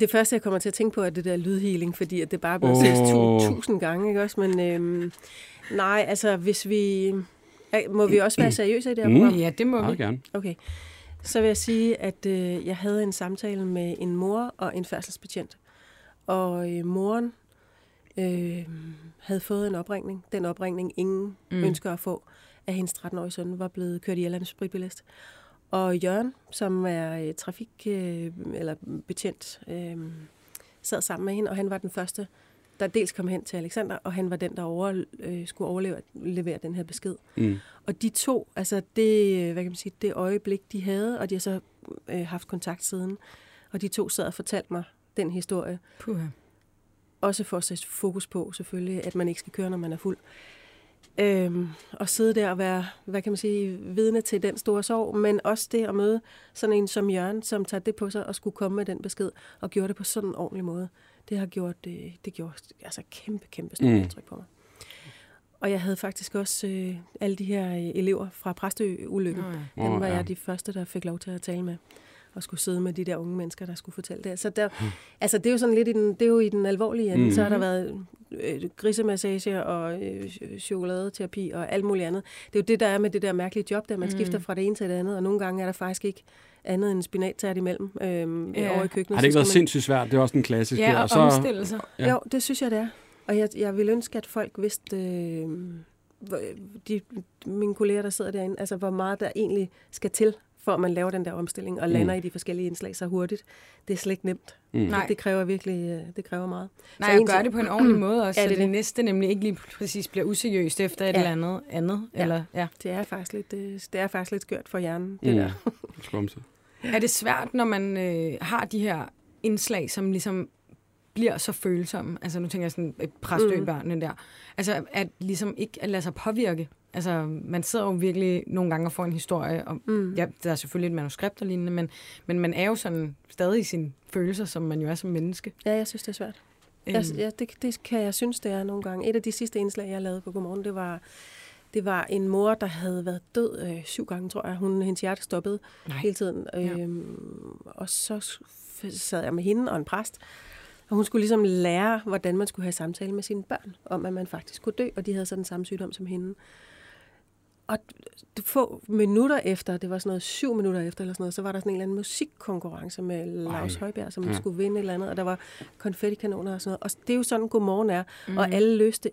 C: Det første, jeg kommer til at tænke på, er det der lydhealing, fordi at det bare er blevet
A: Åh.
C: oh. 6.000 gange, ikke også? Men øhm, nej, altså hvis vi... Øh, Må vi også være seriøse i det her
A: Mm.
C: program?
B: Ja, det må
A: Meget
B: vi.
A: gerne.
C: Okay. Så vil jeg sige, at øh, jeg havde en samtale med en mor og en færdselsbetjent. Og øh, moren øh, havde fået en opringning. Den opringning, ingen mm. ønsker at få, at hendes 13-årige søn var blevet kørt ihjel af en spritbilist. Og Jørgen, som er øh, trafik- øh, eller betjent, øh, sad sammen med hende, og han var den første, der dels kom hen til Alexander, og han var den, der over, øh, skulle overleve levere den her besked.
A: Mm.
C: Og de to, altså det, øh, hvad kan man sige, det øjeblik, de havde, og de har så øh, haft kontakt siden, og de to sad og fortalte mig den historie.
B: Puha.
C: Også for at sætte fokus på selvfølgelig, at man ikke skal køre, når man er fuld. Øhm, og sidde der og være, hvad kan man sige, vidne til den store sorg, men også det at møde sådan en som Jørgen, som tager det på sig og skulle komme med den besked, og gjorde det på sådan en ordentlig måde. Det har gjort, øh, det gjorde altså kæmpe, kæmpe stort
A: Mm.
C: mm. indtryk på mig. Og jeg havde faktisk også øh, alle de her øh, elever fra Præstø-ulykken.
B: Nå
C: Oh, Dem
A: Åh,
C: var
A: ja.
C: jeg de første, der fik lov til at tale med og skulle sidde med de der unge mennesker, der skulle fortælle det. Så der,
A: Hmm.
C: altså, det er jo sådan lidt i den, det er jo i den alvorlige ende. Mm. Så har der været øh, grisemassage og øh, ch- chokoladeterapi og alt muligt andet. Det er jo det, der er med det der mærkelige job, der man
A: Hmm.
C: mm. skifter fra det ene til det andet, og nogle gange er der faktisk ikke andet end spinattært imellem øhm,
B: Ja.
C: ja. over i køkkenet.
A: Har det ikke
C: Så
A: været
C: skal man-
A: sindssygt svært? Det er også en klassisk.
B: Ja,
A: der.
B: og omstille sig.
A: Ja.
C: Ja. Jo, det synes jeg, det er. Og jeg, jeg ville ønske, at folk vidste, øh, hvor- de, mine kolleger, der sidder derinde, altså hvor meget der egentlig skal til, for at man laver den der omstilling og lander mm. i de forskellige indslag så hurtigt. Det er slet ikke nemt.
A: Mm.
B: Nej.
C: Det, det kræver virkelig øh, det kræver meget.
B: Nej, og
C: en
B: gør
C: ting-
B: det på en ordentlig måde også,
C: Ja,
B: så
C: det
B: det,
C: er
B: det
C: det.
B: næste nemlig ikke lige præcis bliver useriøst efter et
C: Ja.
B: eller andet andet.
C: Ja.
B: Eller, ja.
C: Det er faktisk lidt, det, det er faktisk lidt skørt for hjernen, det mm. der.
A: Mm. Skumse.
B: Er det svært, når man øh, har de her indslag, som ligesom bliver så følsomme? Altså nu tænker jeg sådan øh,
C: Mm.
B: præstøbørnene der. Altså at ligesom ikke at lade sig påvirke. Altså man sidder jo virkelig nogle gange og får en historie, og mm. ja, der er selvfølgelig et manuskript og lignende, men, men man er jo sådan stadig i sine følelser, som man jo er som menneske.
C: Ja, jeg synes, det er svært. Jeg,
B: Øhm,
C: ja, det, det kan jeg synes, det er nogle gange. Et af de sidste indslag, jeg lavede på Godmorgen, det var, det var en mor, der havde været død øh, syv gange, tror jeg. Hun, hendes hjerte stoppede
B: Nej.
C: hele tiden. Øhm, og så s- f- sad jeg med hende og en præst, og hun skulle ligesom lære, hvordan man skulle have samtale med sine børn, om at man faktisk kunne dø, og de havde så den samme sygdom som hende. Og d- få minutter efter, det var sådan noget syv minutter efter, eller sådan noget, så var der sådan en eller anden musikkonkurrence med Lars Højbjerg, som
A: Ja.
C: ja. skulle vinde et eller andet, og der var konfettikanoner og sådan noget. Og det er jo sådan, godmorgen er, mm. og alle løste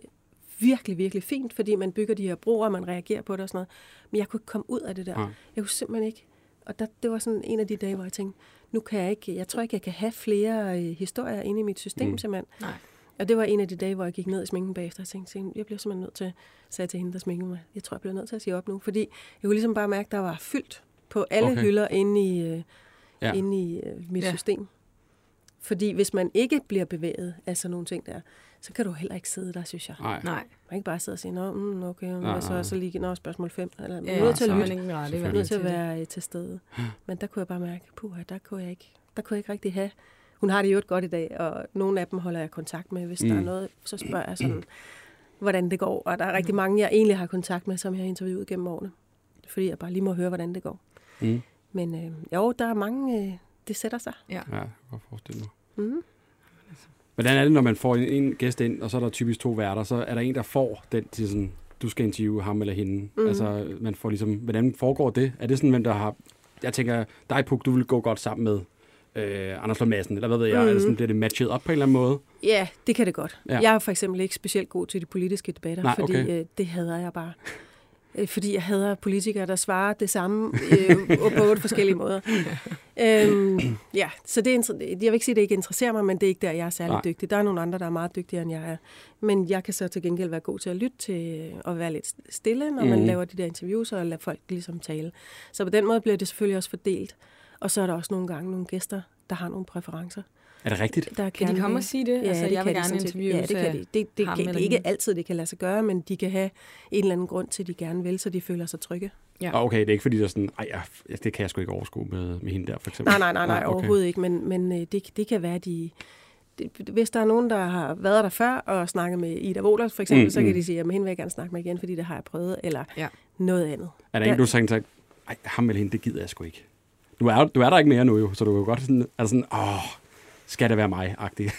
C: virkelig, virkelig fint, fordi man bygger de her broer, man reagerer på det og sådan noget. Men jeg kunne ikke komme ud af det der.
A: Ja.
C: Ja. Jeg kunne simpelthen ikke. Og der, det var sådan en af de dage, hvor jeg tænkte, nu kan jeg ikke, jeg tror ikke, jeg kan have flere øh, historier inde i mit system, mm. simpelthen.
B: Nej.
C: Og det var en af de dage, hvor jeg gik ned i sminken bagefter og tænkte, "Signe, jeg bliver simpelthen nødt til, sagde jeg til hende, der sminkede mig, jeg tror, jeg bliver nødt til at sige op nu, fordi jeg kunne ligesom bare mærke, der var fyldt på alle
A: Okay.
C: okay. hylder inde i, øh,
A: Ja.
C: ja. inde i øh, mit
B: Ja.
C: ja. system. Fordi hvis man ikke bliver bevæget af sådan nogle ting der, så kan du heller ikke sidde der, synes jeg.
A: Nej.
B: Nej,
C: Man kan ikke bare sidde og sige, nå, mm, okay,
A: Nej,
C: ja, og så,
A: nej.
C: så lige, nå, spørgsmål 5. Eller, man
B: ja,
C: er nødt til at
B: så
A: nej.
B: er
C: lytte,
B: man ingen rette i
C: man er
B: verden
C: nødt til
B: til
C: at
B: det.
C: være øh, til stede. Men der kunne jeg bare mærke, puha, der kunne jeg ikke, der kunne jeg ikke rigtig have. Hun har det jo godt i dag, og nogle af dem holder jeg kontakt med. Hvis mm. der er
A: Mm.
C: noget, så spørger jeg sådan, hvordan det går. Og der er rigtig mange, jeg egentlig har kontakt med, som jeg har interviewet gennem årene. Fordi jeg bare lige må høre, hvordan det går.
A: Mm.
C: Men øh, jo, der er mange, øh, det sætter sig.
A: Ja, jeg kan godt forestille mig.
C: Mhm.
A: Hvordan er det, når man får en, en gæst ind, og så er der typisk to værter, så er der en, der får den til sådan, du skal interviewe ham eller hende.
C: Mhm.
A: Mm. Altså, man får ligesom, hvordan foregår det? Er det sådan, hvem der har, jeg tænker, dig Puk, du vil gå godt sammen med øh, Anders Lund Madsen, eller hvad ved jeg, mm. eller
C: Mhm.
A: sådan, bliver det matchet op på en eller anden måde?
C: Ja, det kan det godt.
A: Ja.
C: Ja. Jeg er for eksempel ikke specielt god til de politiske debatter,
A: Nej,
C: Nej, fordi
A: okay.
C: øh, det hader jeg bare. Øh, fordi jeg hader politikere, der svarer det samme øh, på otte forskellige måder. øhm, ja, så det er, inter- jeg vil ikke sige, at det ikke interesserer mig, men det er ikke der, jeg er særlig
A: Nej.
C: Nej. dygtig. Der er nogle andre, der er meget dygtigere, end jeg er. Men jeg kan så til gengæld være god til at lytte til øh, og være lidt stille, når mm. man
A: Mhm.
C: laver de der interviews og lader folk ligesom tale. Så på den måde bliver det selvfølgelig også fordelt. Og så er der også nogle gange nogle gæster, der har nogle præferencer.
A: Er det rigtigt?
C: Der
B: Kan de
C: gerne
B: komme
C: vil-
B: og sige det? altså, jeg vil
C: kan de
B: gerne
C: sådan set.
B: interviewe.
C: Ja, det kan de. Det, det,
B: ham
C: kan, det
B: eller
C: er ikke
B: hende.
C: altid, det kan lade sig gøre, men de kan have en eller anden grund til, at de gerne vil, så de føler sig trygge.
B: Ja.
A: Og okay, det er ikke fordi, der er sådan, ej, jeg, det kan jeg sgu ikke overskue med, med hende der, for eksempel. Ah,
C: Nej, nej, nej, nej
A: okay.
C: overhovedet ikke, men, men øh, det, det kan være, at de... det- Hvis der er nogen, der har været der før og snakket med Ida Wohlers for eksempel,
A: Mm,
C: mm, så kan
A: mm.
C: de sige, at hende vil jeg gerne snakke med igen, fordi det har jeg prøvet, eller
B: Ja.
C: ja. noget andet.
A: Er der en,
C: Der-
A: du har sagt, ej, ham eller hende, det gider jeg sgu ikke. Du er, du er der ikke mere nu jo, så du kan godt sådan, er der sådan, åh, skal det være mig-agtig.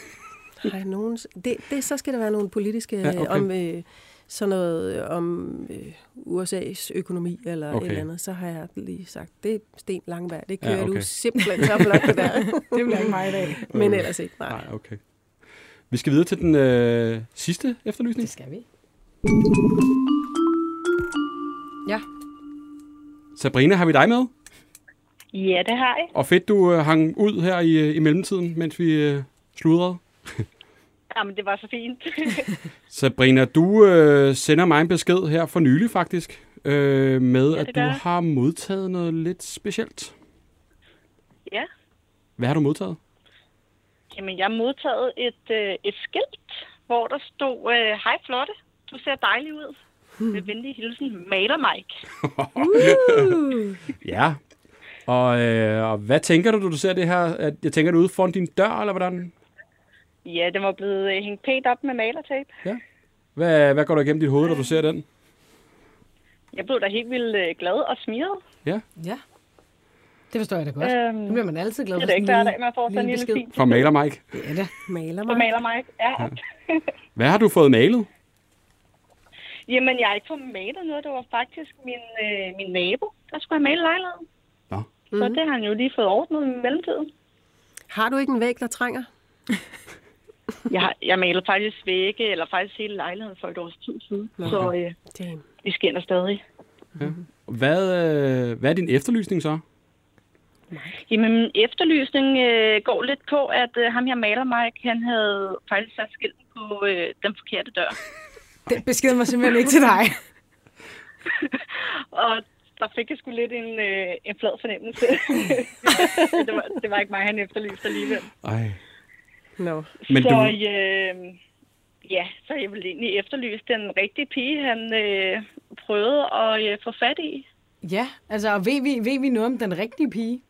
C: Har jeg nogen, det, det, så skal der være nogle politiske
A: Ja,
C: ja,
A: okay.
C: okay. om øh, sådan noget øh, om øh, USA's økonomi eller
A: Okay.
C: okay. et eller andet. Så har jeg lige sagt, det er Sten Langberg, det
A: Ja,
C: kører ja, okay.
A: okay. Mm.
C: du simpelthen så flot det der.
B: det bliver ikke mig i dag.
C: Men ellers ikke, nej.
A: Nej, okay. Vi skal videre til den øh, sidste efterlysning.
B: Det skal vi.
A: Sabrina, har vi dig med?
G: Ja, det har jeg.
A: Og fedt, du øh, hang ud her i, øh, i mellemtiden, mens vi øh, sludrede.
G: Jamen, det var så fint.
A: Sabrina, du øh, sender mig en besked her for nylig faktisk, øh, med
G: Ja,
A: at
G: det
A: du
G: gør jeg.
A: har modtaget noget lidt specielt.
G: ja.
A: Hvad har du modtaget?
G: Jamen, jeg modtaget et, øh, et skilt, hvor der stod, øh, hej Flotte, du ser dejlig ud. Med venlig hilsen, maler Mike.
A: Ja. Og, øh, og hvad tænker du, når du ser det her? At jeg tænker, det er ude foran din dør, eller hvordan?
G: Ja, den var blevet øh, hængt pænt op med malertape.
A: Hvad, hvad går der igennem dit hoved, når du ser den?
G: Jeg blev da helt vildt øh, glad og smiret.
B: Ja. Det forstår jeg da godt.
G: Øhm,
B: Nu bliver man altid glad
G: Det
B: for
G: er da
B: sådan
G: ikke
B: en
G: hver
B: lille,
G: dag, man får sådan en
B: lille
G: lille
B: besked.
G: fin
A: Fra Maler Mike.
B: det er det.
C: Maler
G: på
C: mig.
G: maler Mike. Ja.
A: Hvad har du fået malet?
G: Jamen, jeg har ikke fået malet noget. Det var faktisk min, øh, min nabo, der skulle have malet lejligheden.
A: Nå.
G: Så det har han jo lige fået ordnet i mellemtiden.
C: Har du ikke en væg, der trænger?
G: Jeg, har, jeg maler faktisk vægge, eller faktisk hele lejligheden for et års tid siden. Så øh,
C: Damn.
G: vi skinner stadig.
A: Hvad, øh, hvad er din efterlysning så?
G: Jamen, min efterlysning øh, går lidt på, at øh, ham her maler Mike, han havde faktisk sat skilten på øh, den forkerte dør.
B: Den besked var simpelthen ikke til dig.
G: Og der fik jeg sgu lidt en, øh, en flad fornemmelse. det, var, det var ikke mig, han efterlyste alligevel.
A: Ej.
C: No.
A: Men
G: så,
A: du,
G: øh, ja, så jeg ville egentlig efterlyse den rigtige pige, han øh, prøvede at øh, få fat i.
B: Ja, altså, og ved vi, ved vi noget om den rigtige pige?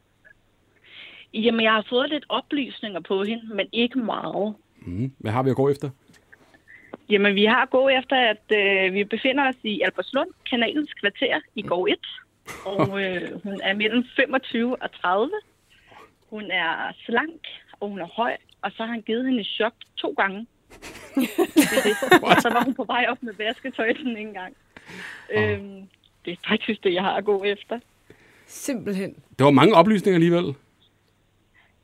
G: Jamen, jeg har fået lidt oplysninger på hende, men ikke meget.
A: mm, hvad har vi at gå efter?
G: Jamen, vi har gået efter, at øh, vi befinder os i Albertslund, kanalens kvarter, i går 1. Og øh, hun er mellem 25 og 30. Hun er slank, og hun er høj, og så har han givet hende et chok to gange. Det er det. Og så var hun på vej op med vasketøj den ene gang. Øhm, det er faktisk det, jeg har at gå efter.
B: Simpelthen.
A: Der var mange oplysninger alligevel.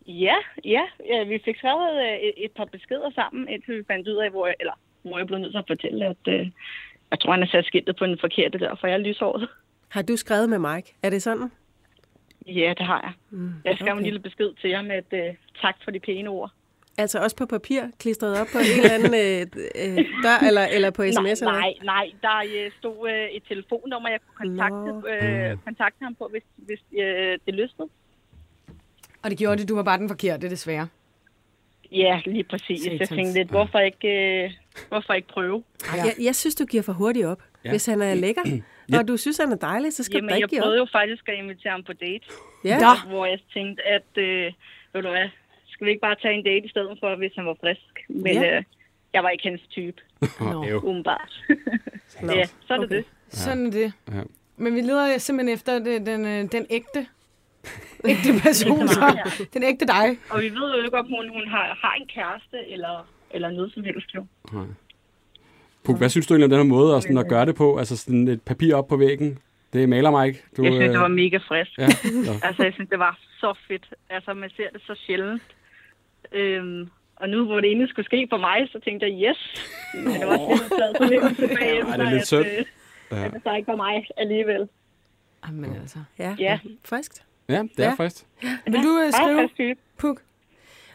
G: Ja, ja. ja vi fik skrevet øh, et, et par beskeder sammen, indtil vi fandt ud af, hvor jeg, eller, hvor jeg blev nødt til at fortælle, at øh, jeg tror, han har sat skiltet på den forkerte der, for jeg er lyshåret.
C: Har du skrevet med Mike? Er det sådan?
G: Ja, det har jeg. Mm, jeg skrev okay. en
C: okay.
G: lille besked til ham, at øh, tak for de pæne ord.
C: Altså også på papir, klistret op på en eller anden øh, øh, dør, eller, eller på sms? eller
G: nej,
C: hvad?
G: nej, nej, der øh, stod øh, et telefonnummer, jeg kunne kontakte,
C: Nå.
G: øh, kontakte ham på, hvis, hvis øh, det løsnede.
B: Og det gjorde det, du var bare den forkerte, desværre.
H: Ja, lige præcis. Jeg
B: Satans.
H: tænkte lidt, hvorfor ikke, øh, hvorfor ikke prøve?
C: Ja. Jeg, jeg synes, du giver for hurtigt op. Ja. Hvis han er lækker,
A: Ja.
C: og du synes, han er dejlig, så skal Jamen, du da
H: Jamen, jeg
C: ikke give
H: prøvede
C: op.
H: jo faktisk at invitere ham på date,
C: Ja.
B: Da.
H: hvor jeg tænkte, at øh, ved du hvad, skal vi ikke bare tage en date i stedet for, hvis han var frisk? Men
C: Ja.
H: ja. øh, jeg var ikke hans type,
A: Åh, æv.
H: umiddelbart.
C: Nå,
H: ja, så er det
C: okay.
H: okay. det.
B: Sådan er det.
A: Ja.
B: Men vi leder simpelthen efter den, den, øh, den ægte, ægte person, så. den ægte dig.
H: Og vi ved jo ikke, om hun, hun har, har en kæreste eller, eller noget som helst. Jo.
A: Puk, hvad synes du egentlig om den her måde at, sådan, at gøre det på? Altså sådan et papir op på væggen. Det maler mig ikke. Du,
H: Jeg synes, det
A: øh,
H: var mega frisk.
A: ja, ja.
H: Altså, jeg synes, det var så fedt. Altså, man ser det så sjældent. Øhm, og nu, hvor det egentlig skulle ske for mig, så tænkte jeg, yes. Men det var også lidt glad for lidt bagefter,
A: Ej, det er lidt
H: at,
A: sødt.
H: øh,
A: Ja.
H: at det så ikke var mig alligevel.
B: Jamen altså.
C: Ja. ja.
H: Ja.
C: Friskt.
A: øh, ja, det er
C: Ja.
A: frisk.
B: Vil du øh,
H: Ej,
B: skrive,
H: fast type.
B: Puk?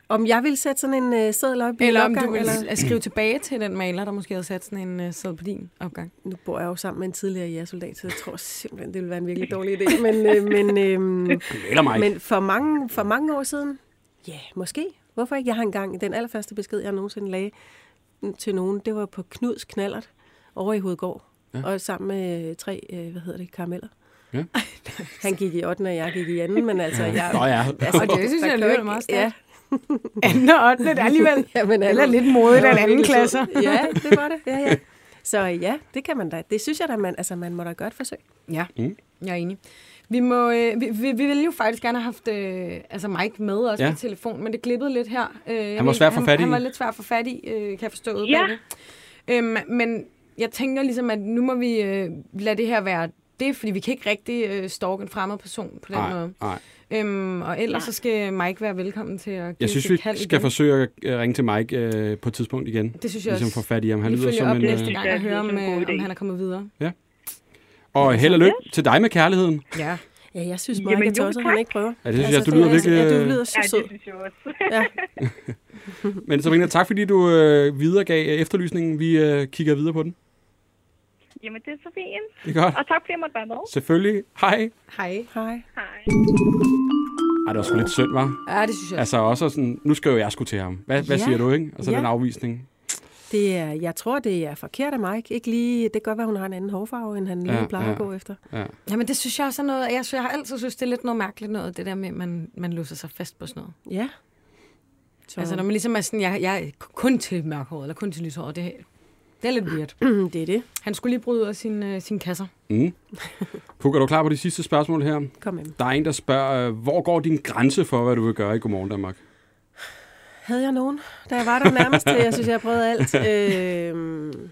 C: Om jeg vil sætte sådan en øh, seddel op i
B: Eller om
C: opgang,
B: du vil
C: eller...
B: eller? skrive tilbage til den maler, der måske havde sat sådan en uh, sæd på din opgang.
C: Nu bor jeg jo sammen med en tidligere jægersoldat, så jeg tror simpelthen, det ville være en virkelig dårlig idé. Men, øh, men, øh,
A: Maler mig ikke.
C: men for, mange, for mange år siden, ja, yeah, måske. Hvorfor ikke? Jeg har engang, den allerførste besked, jeg nogensinde lagde til nogen, det var på Knuds Knallert over i Hovedgård. Ja. Og sammen med øh, tre, øh, hvad hedder det, karameller.
A: Ja.
C: Han gik i 8. og jeg gik i 2. Men altså, jeg...
A: Nå ja.
C: Altså,
B: Og det synes
C: der
B: jeg
C: kan jo
B: lyder
C: ikke-
B: meget
C: Ja,
B: stærkt. Anden og 8. Det er alligevel
C: ja men
B: eller
C: altså-
B: lidt modigt af en
C: Ja,
B: anden
C: virkelig
B: klasse.
C: sød. Ja, det var det. Ja, ja. Så ja, det kan man da. Det synes jeg da, man, altså, man må da gøre et forsøg.
B: Ja,
A: Mm.
B: jeg er enig. Vi, må, øh, vi, vi, vi ville jo faktisk gerne have haft øh, altså Mike med også ja.
A: Ja.
B: på telefon, men det glippede lidt her. Øh, jeg
A: var
B: mener,
A: svær at få
B: han,
A: fat i.
B: Han var lidt svær at få fat i, øh, kan jeg forstå. ud
H: Ja.
B: bagved. Øhm, men jeg tænker ligesom, at nu må vi øh, lade det her være det, fordi vi kan ikke rigtig øh, stalke en fremmed person på den
A: Nej,
B: måde.
A: nej.
B: Øhm, og ellers så skal Mike være velkommen til at give
A: Jeg
B: os
A: synes,
B: et kald
A: vi skal
B: igen.
A: forsøge at øh, ringe til Mike øh, på et tidspunkt igen.
B: Det synes jeg
A: Ligesom
B: også.
A: få fat i ham. Han
B: Vi
A: lyder
B: følger
A: som
B: op
A: en...
B: næste
A: øh,
B: gang og
H: Ja, det
B: hører,
H: synes
B: om,
H: jeg er ligesom en god
B: øh, om
H: idé.
B: han er kommet videre.
A: Og held og lykke til dig med kærligheden.
B: Ja.
C: Ja, jeg synes,
H: Jamen,
C: Mike er
H: jo,
C: tosset,
H: tak.
C: han ikke prøver. Altså,
A: Ja, det synes jeg, du lyder
C: er-
A: virkelig,
C: Ja, du
A: øh,
C: lyder
H: Ja,
C: så sød.
H: det synes jeg også.
C: Ja.
A: Men Sabrina, tak fordi du øh, videregav øh, efterlysningen. Vi øh, kigger videre på den.
H: Jamen, det er så fint.
A: Det er godt.
H: Og tak fordi jeg måtte være med.
A: Selvfølgelig. Hej.
B: Hej.
C: Hej.
H: Hej.
A: Ej, det var sgu lidt synd, var.
B: Ja, det synes jeg også.
A: Altså også sådan, nu skriver jeg sgu til ham. Hvad, hvad
C: Ja.
A: siger du, ikke? Og så
C: Ja.
A: den afvisning.
C: Det er, jeg tror, det er forkert af Mike. Ikke lige, det kan godt være, hun har en anden hårfarve, end han lige
A: Ja,
C: ja, plejer ja.
A: ja.
C: at gå efter.
B: Jamen, det synes jeg også er noget. Jeg, synes, jeg har altid synes, det er lidt noget mærkeligt noget, det der med, at man, man låser sig fast på sådan noget.
C: Ja. Så,
B: Altså, når man ligesom er sådan, jeg, jeg er kun til mørkhåret, eller kun til lyshåret, det, det er lidt weird.
C: man... det er det.
B: Han skulle lige bryde ud af sin, øh, sine kasser.
A: Mm. Puk, er du klar på de sidste spørgsmål her?
C: Kom med.
A: Der er en, der spørger, øh, hvor går din grænse for, hvad du vil gøre i Godmorgen Danmark?
C: Havde jeg nogen, da jeg var der nærmest til? Jeg synes, jeg har prøvet alt. Øhm,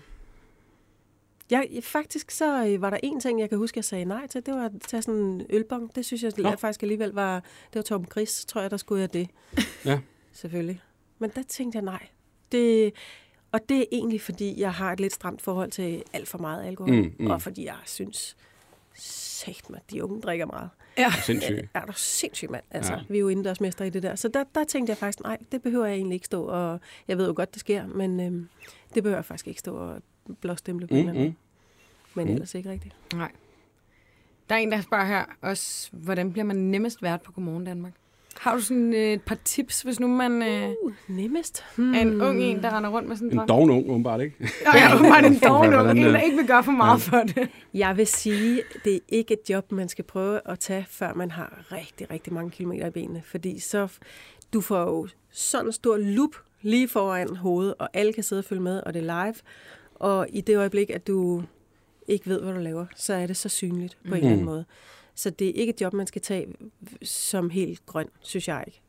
C: jeg, faktisk så øh, var der en ting, jeg kan huske, jeg sagde nej til. Det var at tage sådan en ølbong. Det synes jeg,
A: Nå.
C: jeg faktisk alligevel var... Det var Tom Gris, tror jeg, der skulle jeg det.
A: Ja.
C: Selvfølgelig. Men der tænkte jeg nej. Det, og det er egentlig, fordi jeg har et lidt stramt forhold til alt for meget alkohol.
A: Mm, mm.
C: Og fordi jeg synes, sagt mig, de unge drikker meget.
A: Sindssygt.
C: Er du sindssyg, mand? Altså,
A: Ja.
C: ja. vi er jo indendørsmester i det der. Så der, der tænkte jeg faktisk, nej, det behøver jeg egentlig ikke stå, og jeg ved jo godt, det sker, men øhm, det behøver jeg faktisk ikke stå og blåstemple på.
A: Mm,
C: Mm,
A: mm.
C: mm. Men
A: Mm.
C: ellers ikke rigtigt.
B: Nej. Der er en, der spørger her også, hvordan bliver man nemmest vært på Godmorgen Danmark? Har du sådan øh, et par tips, hvis nu man øh,
C: Uh, nemmest.
B: er en ung en, der render rundt med sådan
A: En
B: drøm?
A: doven ung, åbenbart, ikke?
B: Og jeg er åbenbart en
A: Ja,
B: dårlig ung,
A: hvordan,
B: en, der
A: øh,
B: ikke vil gøre for meget for det.
C: Jeg vil sige, det er ikke et job, man skal prøve at tage, før man har rigtig, rigtig mange kilometer i benene. Fordi så f- du får jo sådan en stor lup lige foran hovedet, og alle kan sidde og følge med, og det er live. Og i det øjeblik, at du ikke ved, hvad du laver, så er det så synligt på en eller anden måde. Så det er ikke et job, man skal tage som helt grøn, synes jeg ikke.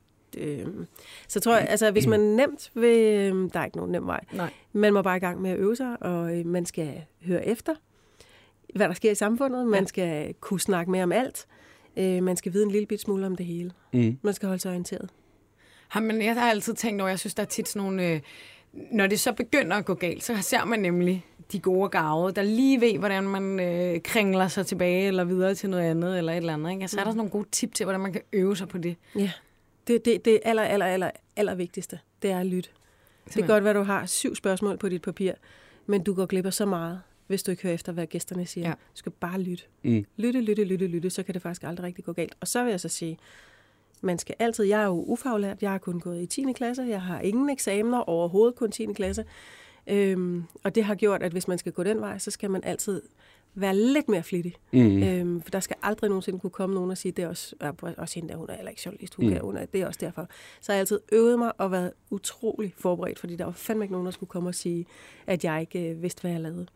C: Øhm, Så tror jeg, altså hvis man nemt vil, øhm, der er ikke nogen nem vej.
B: Nej.
C: Man må bare i gang med at øve sig, og øh, man skal høre efter, hvad der sker i samfundet. Man skal kunne snakke mere om alt. Øh, Man skal vide en lille bit smule om det hele.
A: Mm.
C: Man skal holde sig orienteret.
B: Jamen, jeg har altid tænkt over, jeg synes, der er tit sådan nogle... Øh, når det så begynder at gå galt, så ser man nemlig de gode gavede, der lige ved, hvordan man øh, kringler sig tilbage, eller videre til noget andet, eller et eller andet. Ikke? Altså, er der sådan nogle gode tip til, hvordan man kan øve sig på det?
C: Ja. Det, det, det aller, aller, aller, aller vigtigste, det er at lytte. Det kan godt være, du har syv spørgsmål på dit papir, men du går glip af så meget, hvis du ikke hører efter, hvad gæsterne siger.
B: Ja.
C: Ja. Du skal bare lytte.
A: Mm.
C: Lytte, lytte, lytte, lytte, så kan det faktisk aldrig rigtig gå galt. Og så vil jeg så sige, Man skal altid, jeg er jo ufaglært, jeg har kun gået i 10. klasse, jeg har ingen eksamener overhovedet, kun 10. klasse. Øhm, og det har gjort, at hvis man skal gå den vej, så skal man altid være lidt mere flittig. Mm. Øhm, for der skal aldrig nogensinde kunne komme nogen og sige, det er også, ja, også hende der, hun er heller ikke journalist, hun, mm. kan, hun er, det er også derfor. Så har jeg altid øvet mig og været utrolig forberedt, fordi der var fandme ikke nogen, der skulle komme og sige, at jeg ikke øh, vidste, hvad jeg lavede.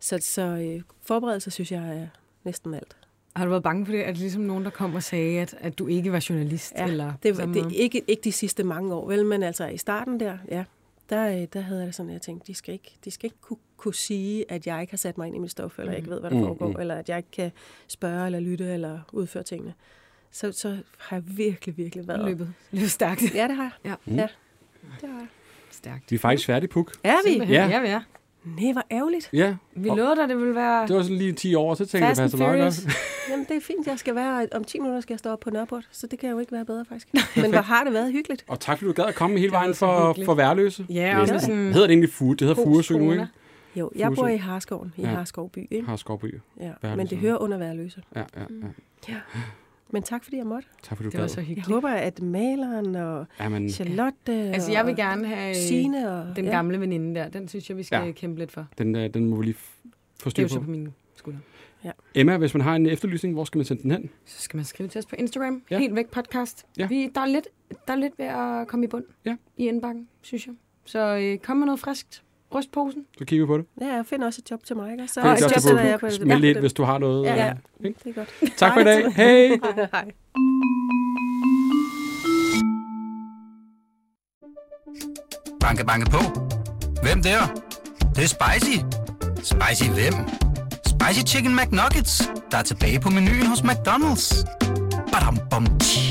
C: Så, så øh, forberedelse synes jeg er næsten alt.
B: Har du været bange for det? Er det ligesom nogen, der kom og sagde, at, at du ikke var journalist?
C: Ja,
B: eller
C: det,
B: på den
C: det er
B: måde?
C: ikke, ikke de sidste mange år, vel, men altså i starten der, ja, der, øh, der havde jeg det sådan, at jeg tænkte, de skal ikke, de skal ikke kunne, kunne sige, at jeg ikke har sat mig ind i mit stof, eller jeg
B: Mm.
C: ikke ved,
A: Mm,
C: hvad der foregår, eller at jeg ikke kan spørge, eller lytte, eller udføre tingene. Så, så har jeg virkelig, virkelig været...
B: løbet. Løbet stærkt.
C: Ja, det har jeg.
B: Ja.
C: ja.
A: Mm.
C: Det har jeg.
B: Stærkt.
A: Vi er faktisk færdige, Puk.
C: Er vi?
B: Simpelthen.
A: Ja.
B: Ja, ja.
C: Nej, hvor ærgerligt.
A: Ja,
B: Vi lovede dig, det ville være
A: det var sådan lige 10 år, så tænkte jeg,
B: Fast
A: det
B: and
A: passer meget
B: Furious.
A: godt.
C: Jamen, det er fint. Jeg skal være, om 10 minutter skal jeg stå op på Nørreport, så det kan jo ikke være bedre, faktisk. Men hvor har det været hyggeligt.
A: Og tak, fordi du gad at komme hele vejen
B: var så
A: for,
B: hyggeligt.
A: for værløse.
B: Ja, og med sådan
A: Hedder det egentlig Fure? Det hedder
B: god
A: Furesø nu, ikke?
B: corona.
C: Jo, jeg bor
A: Fuldstændig.
C: i Harskoven, i
A: Ja.
C: ja. Harskovby, ikke?
A: Har Skovby.
C: Ja. Men
A: Værløse.
C: det hører under værløse.
A: Ja, ja, ja.
C: Ja. Men tak, fordi jeg måtte.
A: Tak, fordi du
B: Det var så
A: gad.
C: Jeg
B: hyggeligt.
C: håber, at maleren og
A: Ja, men
C: Charlotte
B: Altså,
C: og
B: jeg vil gerne have øh,
C: Signe og...
B: den
C: ja.
B: gamle veninde der. Den synes jeg, vi skal
A: Ja.
B: ja. kæmpe lidt for.
A: den, øh, den må vi lige f- få
B: Det er
A: styr
B: jo så
A: på.
B: på mine skulder.
A: Emma, hvis man har en efterlysning, hvor skal man sende den hen?
B: Så skal man skrive til os på Instagram.
A: Ja.
B: Ja. Helt væk podcast.
A: Ja.
B: Ja. Vi, der, er lidt, der er lidt ved at komme i bund
A: Ja.
B: i indbakken, synes jeg. Så øh, kom med noget friskt. Rystposen.
A: Så kigger vi på det.
C: Ja, jeg finder også et job til mig, ikke? Og Så,
A: Det er godt,
C: så
B: jeg
A: at
B: job
C: sætter jeg
A: få-
C: på det.
A: Smid
C: Ja,
A: lidt, hvis du har noget.
C: Ja, ja.
A: øh, ikke?
C: Det er godt.
A: Tak for i dag. Hej!
C: Hej.
F: Banke, banke på. Hvem der? Det, det er spicy. Spicy hvem? Spicy Chicken McNuggets, der er tilbage på menuen hos McDonald's. Badum, bom, tji.